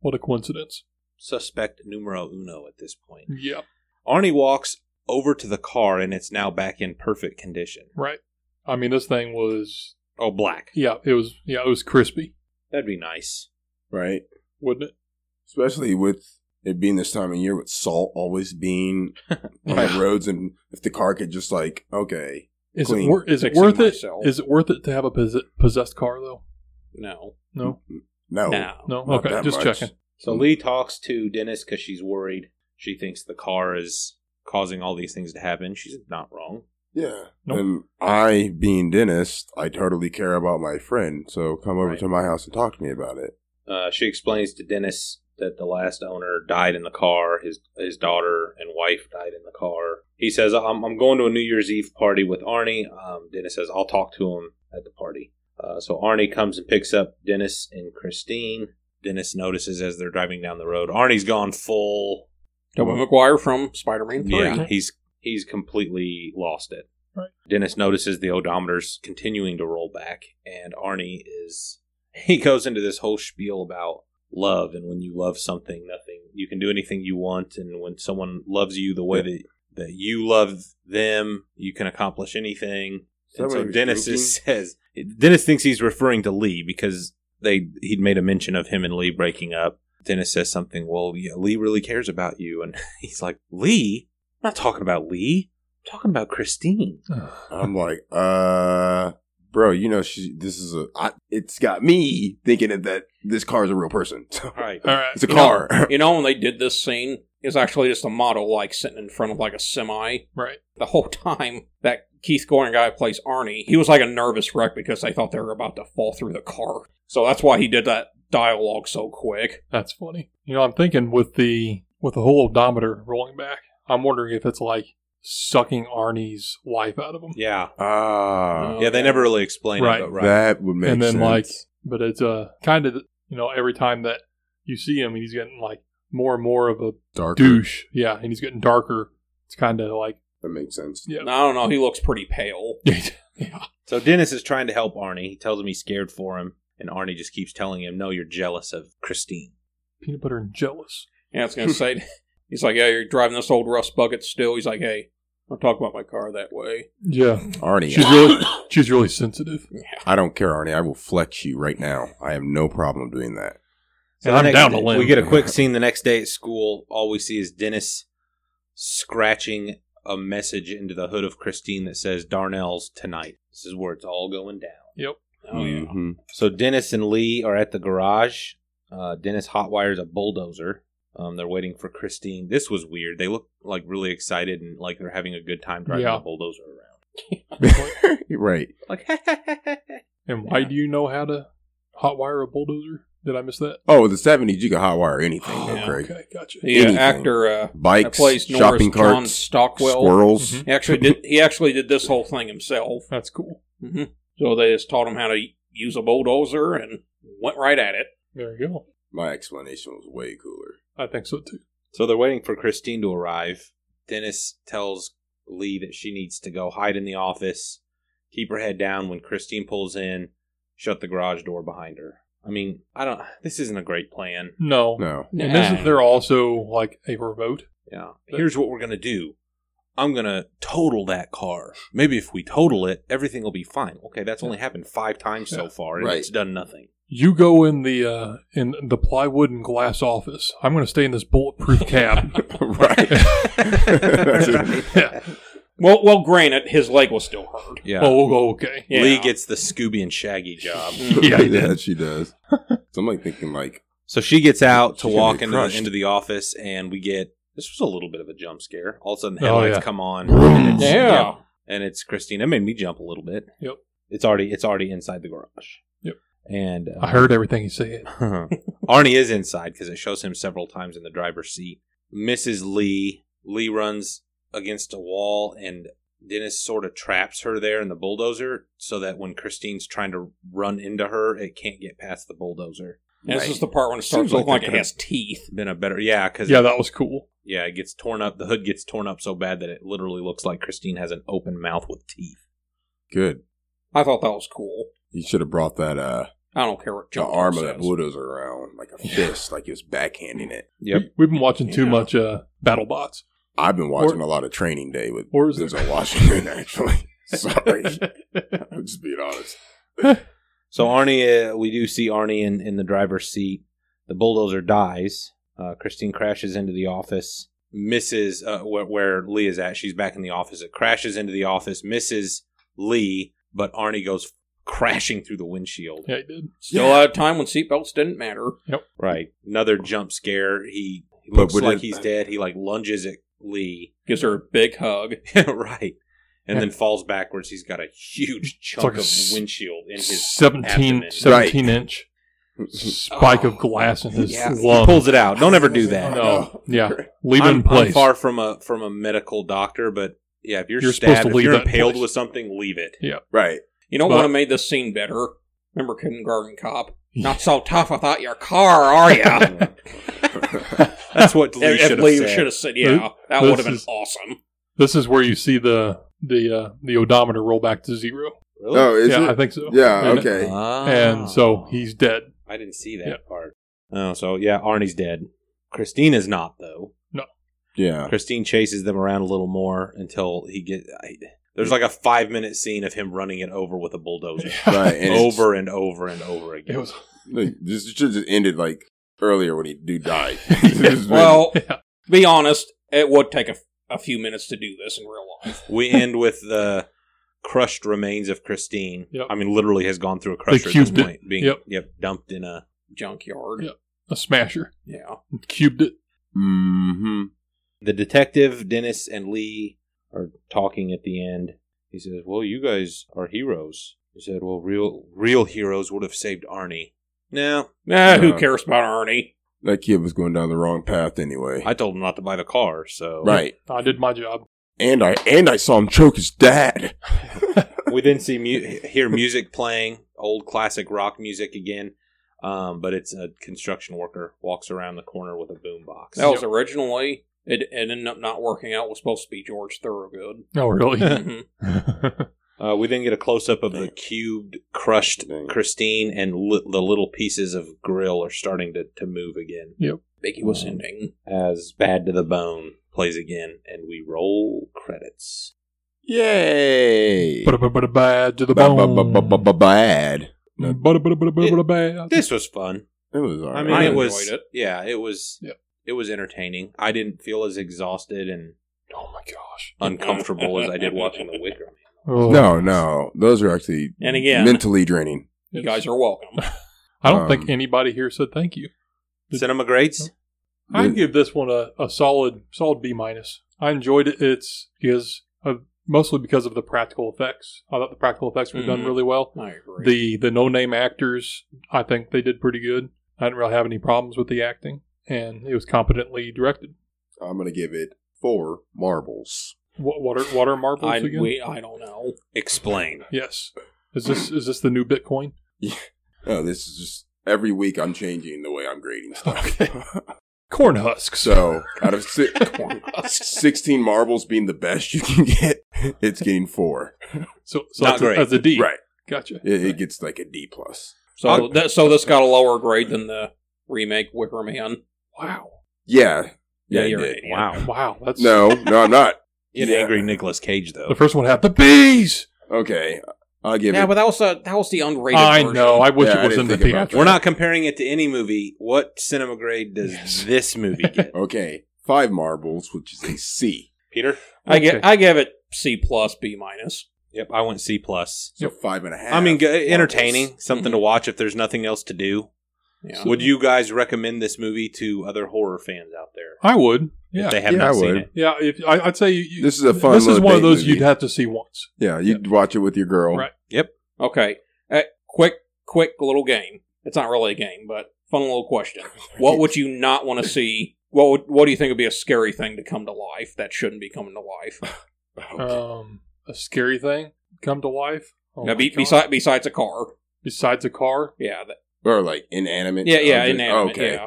Speaker 8: What a coincidence.
Speaker 1: Suspect numero uno at this point.
Speaker 8: Yeah.
Speaker 1: Arnie walks over to the car and it's now back in perfect condition.
Speaker 8: Right. I mean, this thing was
Speaker 1: Oh, black.
Speaker 8: yeah. It was yeah. It was crispy,
Speaker 1: That'd be nice.
Speaker 2: Right.
Speaker 8: wouldn't it?
Speaker 2: Especially with it being this time of year with salt always being on the roads and if the car could just like, okay.
Speaker 8: Is
Speaker 2: Clean.
Speaker 8: it wor- is it
Speaker 3: Fixing
Speaker 8: worth it?
Speaker 3: myself.
Speaker 8: Is it worth it to have a pos- possessed car though?
Speaker 3: No,
Speaker 8: No.
Speaker 1: Oh.
Speaker 2: No.
Speaker 3: no.
Speaker 8: No.
Speaker 2: Not
Speaker 8: okay.
Speaker 2: that
Speaker 8: Just
Speaker 2: much.
Speaker 8: checking.
Speaker 1: So
Speaker 8: <sighs>
Speaker 1: Lee talks to Dennis because she's worried. She thinks the car is causing all these things to happen. She's not wrong.
Speaker 2: Yeah.
Speaker 8: Nope.
Speaker 2: And I, being dentist, I totally care about my friend. So come over
Speaker 1: Right.
Speaker 2: to my house and talk to me about it.
Speaker 1: Uh, she explains to Dennis that the last owner died in the car. His his daughter and wife died in the car. He says, "I'm, I'm going to a New Year's Eve party with Arnie." Um, Dennis says, "I'll talk to him at the party." Uh, so Arnie comes and picks up Dennis and Christine. Dennis notices as they're driving down the road, Arnie's gone full.
Speaker 3: Tobey Maguire from Spider-Man Three.
Speaker 1: Yeah, he's he's completely lost it.
Speaker 8: Right.
Speaker 1: Dennis notices the odometer's continuing to roll back, and Arnie is <laughs> he goes into this whole spiel about love and when you love something, nothing you can do anything you want, and when someone loves you the way that that you love them, you can accomplish anything. And so
Speaker 2: Somebody was
Speaker 1: Dennis
Speaker 2: joking.
Speaker 1: is, <laughs> says Dennis thinks he's referring to Lee because they he'd made a mention of him and Lee breaking up. Dennis says something. Well, yeah, Lee really cares about you, and <laughs> he's like, Lee, I'm not talking about Lee. I'm talking about Christine.
Speaker 2: I'm like, uh, bro, you know, she, this is a, I, it's got me thinking that- that this car is a real person. <laughs> So
Speaker 1: Right.
Speaker 8: All right.
Speaker 2: it's a
Speaker 3: You
Speaker 2: car.
Speaker 3: You know, when they did this scene, it was actually just a model like sitting in front of like a semi.
Speaker 8: Right.
Speaker 3: The whole time that Keith Goring guy plays Arnie, he was like a nervous wreck because they thought they were about to fall through the car. So that's why he did that dialogue so quick.
Speaker 8: That's funny. You know, I'm thinking with the with the whole odometer rolling back, I'm wondering if it's like sucking Arnie's life out of him.
Speaker 1: Yeah.
Speaker 2: <laughs> Ah,
Speaker 1: Yeah. They never really explain
Speaker 8: Right.
Speaker 1: it, but right.
Speaker 2: that would make
Speaker 8: and then
Speaker 2: sense.
Speaker 8: like, but it's uh kind of you know every time that you see him, he's getting like more and more of a
Speaker 2: dark
Speaker 8: douche. Yeah, and he's getting darker. It's kind of like <laughs>
Speaker 2: That makes sense.
Speaker 8: yeah,
Speaker 3: And I don't know, he looks pretty pale.
Speaker 1: so Dennis is trying to help Arnie. He tells him he's scared for him, and Arnie just keeps telling him, "No, you're jealous of Christine."
Speaker 8: peanut butter and jealous.
Speaker 3: Yeah, it's gonna say he's like, Yeah, you're driving this old rust bucket still. He's like, Hey, don't talk about my car that way.
Speaker 8: Yeah,
Speaker 2: Arnie,
Speaker 8: she's really she's really sensitive.
Speaker 2: I don't care, Arnie. I will flex you right now. I have no problem doing that.
Speaker 1: So
Speaker 8: And
Speaker 1: the
Speaker 8: I'm
Speaker 1: next
Speaker 8: down to
Speaker 1: day-
Speaker 8: limb.
Speaker 1: We get a quick scene the next day at school. All we see is Dennis scratching a message into the hood of Christine that says "Darnell's tonight." This is where it's all going down.
Speaker 8: Yep.
Speaker 3: Oh
Speaker 8: Mm.
Speaker 3: yeah.
Speaker 2: Mhm.
Speaker 1: So Dennis and Lee are at the garage. Uh, Dennis hotwires a bulldozer. Um, they're waiting for Christine. This was weird. They look like really excited and like they're having a good time driving
Speaker 8: Yeah.
Speaker 1: the bulldozer around.
Speaker 2: You're right.
Speaker 1: Like,
Speaker 8: <laughs> And why do you know how to hotwire a bulldozer? Did I miss that?
Speaker 2: Oh, the seventies, you could hotwire anything, though,
Speaker 1: Yeah,
Speaker 2: Craig.
Speaker 8: Oh, Okay, gotcha.
Speaker 3: The uh,
Speaker 2: Anything.
Speaker 3: actor uh, that
Speaker 2: Bikes,
Speaker 3: plays Norris
Speaker 2: shopping
Speaker 3: John
Speaker 2: carts,
Speaker 3: Stockwell.
Speaker 2: squirrels.
Speaker 8: Mhm.
Speaker 3: He actually did. He actually did this whole thing himself.
Speaker 8: That's cool.
Speaker 3: hmm So they just taught him how to use a bulldozer and went right at it.
Speaker 8: There you go.
Speaker 2: My explanation was way cooler.
Speaker 8: I think so too.
Speaker 1: So they're waiting for Christine to arrive. Dennis tells Lee that she needs to go hide in the office, keep her head down when Christine pulls in, shut the garage door behind her. I mean, I don't. This isn't a great plan.
Speaker 8: No.
Speaker 2: No,
Speaker 8: And isn't there also like a remote?
Speaker 1: Yeah. Here's what we're gonna do. I'm gonna total that car. Maybe if we total it, everything will be fine. Okay, that's only happened five times so far, and
Speaker 2: Right.
Speaker 1: it's done nothing.
Speaker 8: You go in the uh, in the plywood and glass office. I'm going to stay in this
Speaker 1: <laughs>
Speaker 8: bulletproof cab.
Speaker 2: <laughs> right? That's it.
Speaker 8: yeah.
Speaker 3: Well, well, granted, his leg was still hurt.
Speaker 1: Yeah.
Speaker 8: Oh, okay.
Speaker 3: Yeah.
Speaker 1: Lee gets the Scooby and Shaggy job.
Speaker 8: Yeah, he
Speaker 2: yeah, she does. So I'm like thinking, like,
Speaker 1: So she gets out to
Speaker 2: She's gonna
Speaker 1: walk
Speaker 2: get
Speaker 1: into the,
Speaker 2: crushed.
Speaker 1: into the office, and we get this was a little bit of a jump scare. All of a sudden, the
Speaker 8: Oh,
Speaker 1: headlights
Speaker 8: yeah.
Speaker 1: come on,
Speaker 2: Vroom.
Speaker 1: and it's,
Speaker 3: Yeah.
Speaker 1: yeah, and it's Christine. It made me jump a little bit.
Speaker 8: Yep.
Speaker 1: It's already it's already inside the garage.
Speaker 8: Yep. <laughs>
Speaker 1: And uh,
Speaker 8: I heard everything he
Speaker 1: <laughs>
Speaker 8: said.
Speaker 1: Arnie is inside because it shows him several times in the driver's seat. Mrs. Lee Lee runs against a wall, and Dennis sort of traps her there in the bulldozer, so that when Christine's trying to run into her, it can't get past the bulldozer.
Speaker 3: And this
Speaker 2: Right.
Speaker 3: is the part when it starts
Speaker 2: Seems like
Speaker 3: looking like
Speaker 2: they
Speaker 3: it
Speaker 2: could've-
Speaker 3: has teeth.
Speaker 1: Been a better yeah because
Speaker 8: Yeah, that was cool.
Speaker 1: Yeah, it gets torn up. The hood gets torn up so bad that it literally looks like Christine has an open mouth with teeth.
Speaker 2: good.
Speaker 3: I thought that was cool.
Speaker 2: You should have brought that uh
Speaker 3: I don't care what
Speaker 2: the
Speaker 3: John
Speaker 2: arm of
Speaker 3: says.
Speaker 2: that bulldozer around like a fist, like he was backhanding it.
Speaker 1: Yep.
Speaker 8: We've been watching too
Speaker 3: Yeah.
Speaker 8: much uh, Battle Bots.
Speaker 2: I've been watching a lot of Training Day with
Speaker 8: Or is it-
Speaker 2: Denzel Washington. <laughs> Actually,
Speaker 8: <laughs>
Speaker 2: sorry, I'm just being honest.
Speaker 1: So Arnie, uh, we do see Arnie in, in the driver's seat. The bulldozer dies. Uh, Christine crashes into the office. Misses uh, where, where Lee is at. She's back in the office. It crashes into the office. Misses Lee, but Arnie goes crashing through the windshield.
Speaker 8: Yeah, he did.
Speaker 3: Still out of time when seatbelts didn't matter.
Speaker 1: Right. Another jump scare. He he
Speaker 2: But
Speaker 1: looks
Speaker 2: would
Speaker 1: like
Speaker 2: it-
Speaker 1: he's dead. He like lunges at Lee.
Speaker 3: Gives her a big hug.
Speaker 1: <laughs> right. And
Speaker 8: Yeah.
Speaker 1: then falls backwards. He's got a huge chunk
Speaker 8: like a
Speaker 1: of
Speaker 8: s-
Speaker 1: windshield in his. <laughs>
Speaker 8: 17,
Speaker 1: abdomen. <laughs>
Speaker 8: 17 inch spike of glass in his
Speaker 1: Yeah, he
Speaker 8: lung.
Speaker 1: pulls it out. Don't ever do that.
Speaker 8: No. Yeah. Leave
Speaker 1: <laughs>
Speaker 8: it
Speaker 1: I'm,
Speaker 8: in place.
Speaker 1: I'm far from a from a medical doctor, but yeah, if you're,
Speaker 8: You're supposed
Speaker 1: stabbed,
Speaker 8: to
Speaker 1: if
Speaker 8: leave
Speaker 1: you're
Speaker 8: that in
Speaker 1: impaled
Speaker 8: place.
Speaker 1: with something, leave
Speaker 8: <laughs>
Speaker 1: it. <laughs>
Speaker 2: Right.
Speaker 3: You know
Speaker 8: But-
Speaker 3: what would have made this scene better? Remember Kindergarten Cop? Not so tough without your car, are
Speaker 2: <laughs>
Speaker 3: ya?
Speaker 1: That's what Lee
Speaker 3: if if
Speaker 1: should have
Speaker 3: Lee
Speaker 1: said.
Speaker 3: should have said, yeah, that
Speaker 8: this
Speaker 3: would have been
Speaker 8: is-
Speaker 2: <laughs>
Speaker 3: awesome.
Speaker 8: This is where you see the the uh, the odometer roll back to zero.
Speaker 1: Really?
Speaker 2: oh, is
Speaker 8: yeah, I
Speaker 2: it?
Speaker 8: think so.
Speaker 2: yeah.
Speaker 8: And-
Speaker 2: Okay.
Speaker 1: <laughs> Ah.
Speaker 8: And so he's dead.
Speaker 1: I didn't see that
Speaker 8: Yeah.
Speaker 1: part. Oh, so yeah, Arnie's dead. Christine is not though.
Speaker 2: yeah.
Speaker 1: Christine chases them around a little more until he get. I, there's like a five minute scene of him running it over with a bulldozer. <laughs>
Speaker 2: Right. <laughs> And it's-
Speaker 1: over and over and over again.
Speaker 8: It was <laughs>
Speaker 2: Like, this should just ended like earlier when he do die.
Speaker 3: Well,
Speaker 8: yeah.
Speaker 3: be honest, it would take a, a few minutes to do this in real life.
Speaker 1: we end with the crushed remains of Christine.
Speaker 8: Yep.
Speaker 1: I mean, literally has gone through a crusher at this
Speaker 8: cubed it.
Speaker 1: point. Being
Speaker 8: Yep.
Speaker 1: dumped in a
Speaker 3: Junkyard.
Speaker 8: Yeah. a smasher.
Speaker 3: Yeah.
Speaker 8: Cubed it.
Speaker 2: mm-hmm.
Speaker 1: the detective Dennis and Lee are talking at the end. He says, "Well, you guys are heroes." He said, "Well, real real heroes would have saved Arnie." No,
Speaker 3: Nah, who
Speaker 2: Yeah.
Speaker 3: cares about Arnie?
Speaker 2: that kid was going down the wrong path anyway.
Speaker 1: I told him not to buy the car, so
Speaker 2: right.
Speaker 8: I did my job.
Speaker 2: And I and I saw him choke his dad.
Speaker 1: we then see mu- hear music playing, old classic rock music again. Um, but it's a construction worker walks around the corner with a boombox.
Speaker 3: That was originally, it, it ended up not working out. It was supposed to be George Thorogood.
Speaker 8: Oh, really?
Speaker 3: Mhm.
Speaker 1: Uh, we then get a close up of the
Speaker 2: Dang.
Speaker 1: cubed, crushed
Speaker 2: Dang.
Speaker 1: Christine, and li- the little pieces of grill are starting to, to move again Um,
Speaker 3: Biggie was ending.
Speaker 1: as Bad to the Bone plays again, and we roll credits.
Speaker 2: Yay.
Speaker 8: Ba-da-ba-ba-da-bad to the bone.
Speaker 2: Bad.
Speaker 8: Ba-da-ba-da-ba-da-ba-da-bad.
Speaker 1: This was fun.
Speaker 2: It was all
Speaker 1: I
Speaker 2: right.
Speaker 1: mean, it was
Speaker 3: enjoyed it.
Speaker 1: yeah, it was
Speaker 8: Yep.
Speaker 1: it was entertaining. I didn't feel as exhausted and
Speaker 8: Oh, my gosh.
Speaker 1: <laughs> uncomfortable as I
Speaker 3: <laughs>
Speaker 1: did watching The Wicker Man.
Speaker 8: Oh.
Speaker 2: No, no. Those are actually
Speaker 3: And again-
Speaker 2: mentally draining.
Speaker 3: You guys are welcome.
Speaker 8: I don't
Speaker 2: Um,
Speaker 8: think anybody here said thank you.
Speaker 1: Cinema grades.
Speaker 8: I'd
Speaker 2: The-
Speaker 8: give this one a, a solid solid B minus. I enjoyed it. It's because of, mostly because of the practical effects. I thought the practical effects were done
Speaker 3: Mhm.
Speaker 8: really well.
Speaker 3: I agree.
Speaker 8: The the no name actors, I think they did pretty good. I didn't really have any problems with the acting, and it was competently directed.
Speaker 2: I'm gonna give it four marbles.
Speaker 8: What, what are what are marbles
Speaker 3: I,
Speaker 8: again?
Speaker 3: we, I don't know.
Speaker 1: Explain.
Speaker 8: yes. Is this is this the new Bitcoin?
Speaker 2: Oh, this is just every week I'm changing the way I'm grading stuff.
Speaker 8: Corn
Speaker 2: <laughs>
Speaker 8: husks.
Speaker 2: so out
Speaker 1: <laughs>
Speaker 2: of si- sixteen marbles being the best you can get, it's getting four.
Speaker 8: so, so
Speaker 1: Not
Speaker 8: that's, A,
Speaker 1: great.
Speaker 8: that's a D.
Speaker 2: Right.
Speaker 8: Gotcha.
Speaker 2: It, it gets like a D plus.
Speaker 3: So that, so this got a lower grade than the remake Wicker Man.
Speaker 8: Wow.
Speaker 2: Yeah.
Speaker 3: Yeah,
Speaker 2: it
Speaker 3: you're
Speaker 2: did.
Speaker 3: right.
Speaker 1: Wow.
Speaker 3: Yeah.
Speaker 8: Wow.
Speaker 2: <laughs>
Speaker 8: That's
Speaker 2: No, no, I'm not.
Speaker 1: An
Speaker 2: Yeah.
Speaker 1: angry Nicolas Cage
Speaker 8: the
Speaker 1: though.
Speaker 8: first one had the bees.
Speaker 2: Okay, I'll give
Speaker 3: Yeah,
Speaker 2: it.
Speaker 3: but that was the that was the unrated.
Speaker 8: I
Speaker 3: version.
Speaker 8: know. I wish
Speaker 2: Yeah, I
Speaker 8: it was
Speaker 2: didn't
Speaker 8: in the
Speaker 2: think about
Speaker 8: theater.
Speaker 1: We're not comparing it to any movie. What cinema grade does
Speaker 8: Yes.
Speaker 1: this movie
Speaker 2: <laughs>
Speaker 1: get?
Speaker 2: okay, five marbles, which is a C.
Speaker 1: Peter?
Speaker 3: I get
Speaker 8: Okay.
Speaker 3: I give it C plus B minus.
Speaker 1: Yep, I went C plus.
Speaker 2: So five and a half.
Speaker 1: I mean, g-
Speaker 2: marbles.
Speaker 1: entertaining, something to watch if there's nothing else to do.
Speaker 3: Yeah.
Speaker 1: Would you guys recommend this movie to other horror fans out there
Speaker 8: I would.
Speaker 1: if
Speaker 8: Yeah.
Speaker 1: they have
Speaker 2: Yeah,
Speaker 1: not
Speaker 2: I
Speaker 1: seen
Speaker 2: would.
Speaker 1: it?
Speaker 8: Yeah. If I, I'd say you, you-
Speaker 2: This is a fun
Speaker 8: This is
Speaker 2: little
Speaker 8: one of
Speaker 2: date
Speaker 8: those
Speaker 2: movie.
Speaker 8: you'd have to see once.
Speaker 2: Yeah, you'd watch it with your girl.
Speaker 8: Right.
Speaker 3: Okay. Uh, quick, quick little game. It's not really a game, but fun little question. What would you
Speaker 1: <laughs>
Speaker 3: not want to see? What would, What do you think would be a scary thing to come to life that shouldn't be coming to life?
Speaker 1: <laughs>
Speaker 2: Okay.
Speaker 8: Um, a scary thing come to life. Oh
Speaker 3: Now,
Speaker 8: my
Speaker 3: be,
Speaker 8: God.
Speaker 3: besides, besides a car.
Speaker 8: besides a car.
Speaker 3: Yeah. That,
Speaker 2: or like inanimate.
Speaker 3: yeah. Yeah.
Speaker 2: object.
Speaker 3: Inanimate.
Speaker 2: Okay.
Speaker 3: Yeah.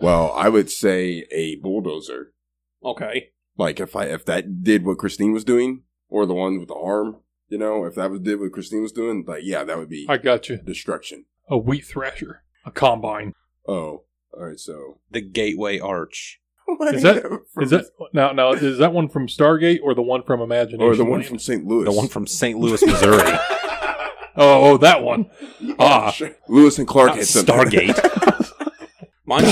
Speaker 2: Well, I would say a bulldozer.
Speaker 3: Okay.
Speaker 2: Like if I if that did what Christine was doing, or the one with the arm, you know, if that was did what Christine was doing, like yeah, that would be
Speaker 8: I got you.
Speaker 2: destruction.
Speaker 8: A wheat thrasher. A combine.
Speaker 2: Oh, all right. So
Speaker 1: The Gateway Arch.
Speaker 2: <laughs>
Speaker 8: Is that- Is that now? Now is that one from Stargate or the one from Imagination?
Speaker 2: or the one
Speaker 8: Land?
Speaker 2: from St. Louis?
Speaker 1: The one from St. <laughs> Louis, Missouri.
Speaker 8: <laughs> Oh, oh, that one. Ah.
Speaker 2: Sure. Lewis and Clark
Speaker 1: Not
Speaker 2: had <laughs> something.
Speaker 3: Mine.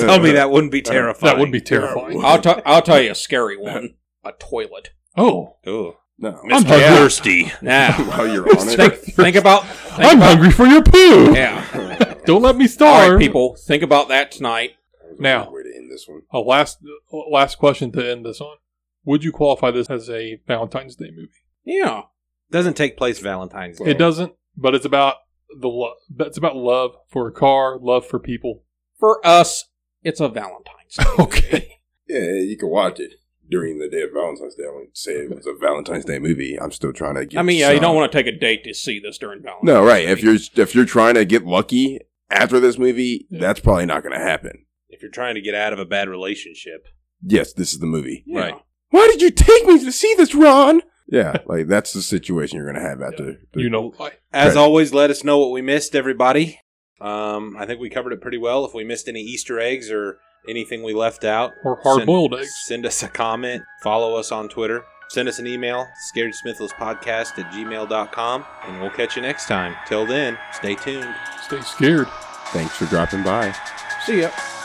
Speaker 1: Tell me that wouldn't be terrifying.
Speaker 8: That would be terrifying.
Speaker 3: I'll t- I'll tell you a
Speaker 2: <laughs>
Speaker 3: scary one. A toilet.
Speaker 8: Oh,
Speaker 1: Ooh.
Speaker 2: No. <laughs>
Speaker 8: I'm
Speaker 1: Mr.
Speaker 8: hungry.
Speaker 1: Thirsty.
Speaker 3: Now
Speaker 2: While you're on <laughs>
Speaker 3: think,
Speaker 2: it.
Speaker 3: think about. Think
Speaker 2: <laughs>
Speaker 8: I'm
Speaker 3: about,
Speaker 8: hungry for your poo.
Speaker 3: Yeah.
Speaker 8: Don't let me
Speaker 3: All
Speaker 8: starve,
Speaker 3: right, people, think about that tonight.
Speaker 8: Now.
Speaker 2: Way to end this one.
Speaker 8: A last last question to end this on. Would you qualify this as a Valentine's Day movie?
Speaker 3: Yeah.
Speaker 1: Doesn't take place Valentine's Day.
Speaker 8: It doesn't, but it's about the love. It's about love for a car, love for people.
Speaker 3: For us, it's a Valentine's Day.
Speaker 8: Okay.
Speaker 2: Yeah, you can watch it during the day of Valentine's Day. I wouldn't say it was a Valentine's Day movie. I'm still trying to get.
Speaker 3: I mean, yeah, you
Speaker 2: some-
Speaker 3: don't want to take a date to see this during Valentine's.
Speaker 2: No, right.
Speaker 3: Day.
Speaker 2: If you're if you're trying to get lucky after this movie,
Speaker 8: Yeah.
Speaker 2: that's probably not going to happen.
Speaker 1: If you're trying to get out of a bad relationship.
Speaker 2: Yes, this is the movie.
Speaker 3: Yeah.
Speaker 1: Right.
Speaker 2: Why did you take me to see this, Ron? Yeah, like that's the situation you're going to have after. the-
Speaker 8: You know why?
Speaker 1: As
Speaker 2: Right.
Speaker 1: always, let us know what we missed, everybody. Um, I think we covered it pretty well. If we missed any Easter eggs or anything we left out,
Speaker 8: Or hard-boiled
Speaker 1: send-
Speaker 8: eggs.
Speaker 1: send us a comment. Follow us on Twitter. Send us an email, scaredsmithlesspodcast at gmail.com, and we'll catch you next time. Till then, stay tuned.
Speaker 8: Stay scared.
Speaker 2: Thanks for dropping by.
Speaker 3: See ya.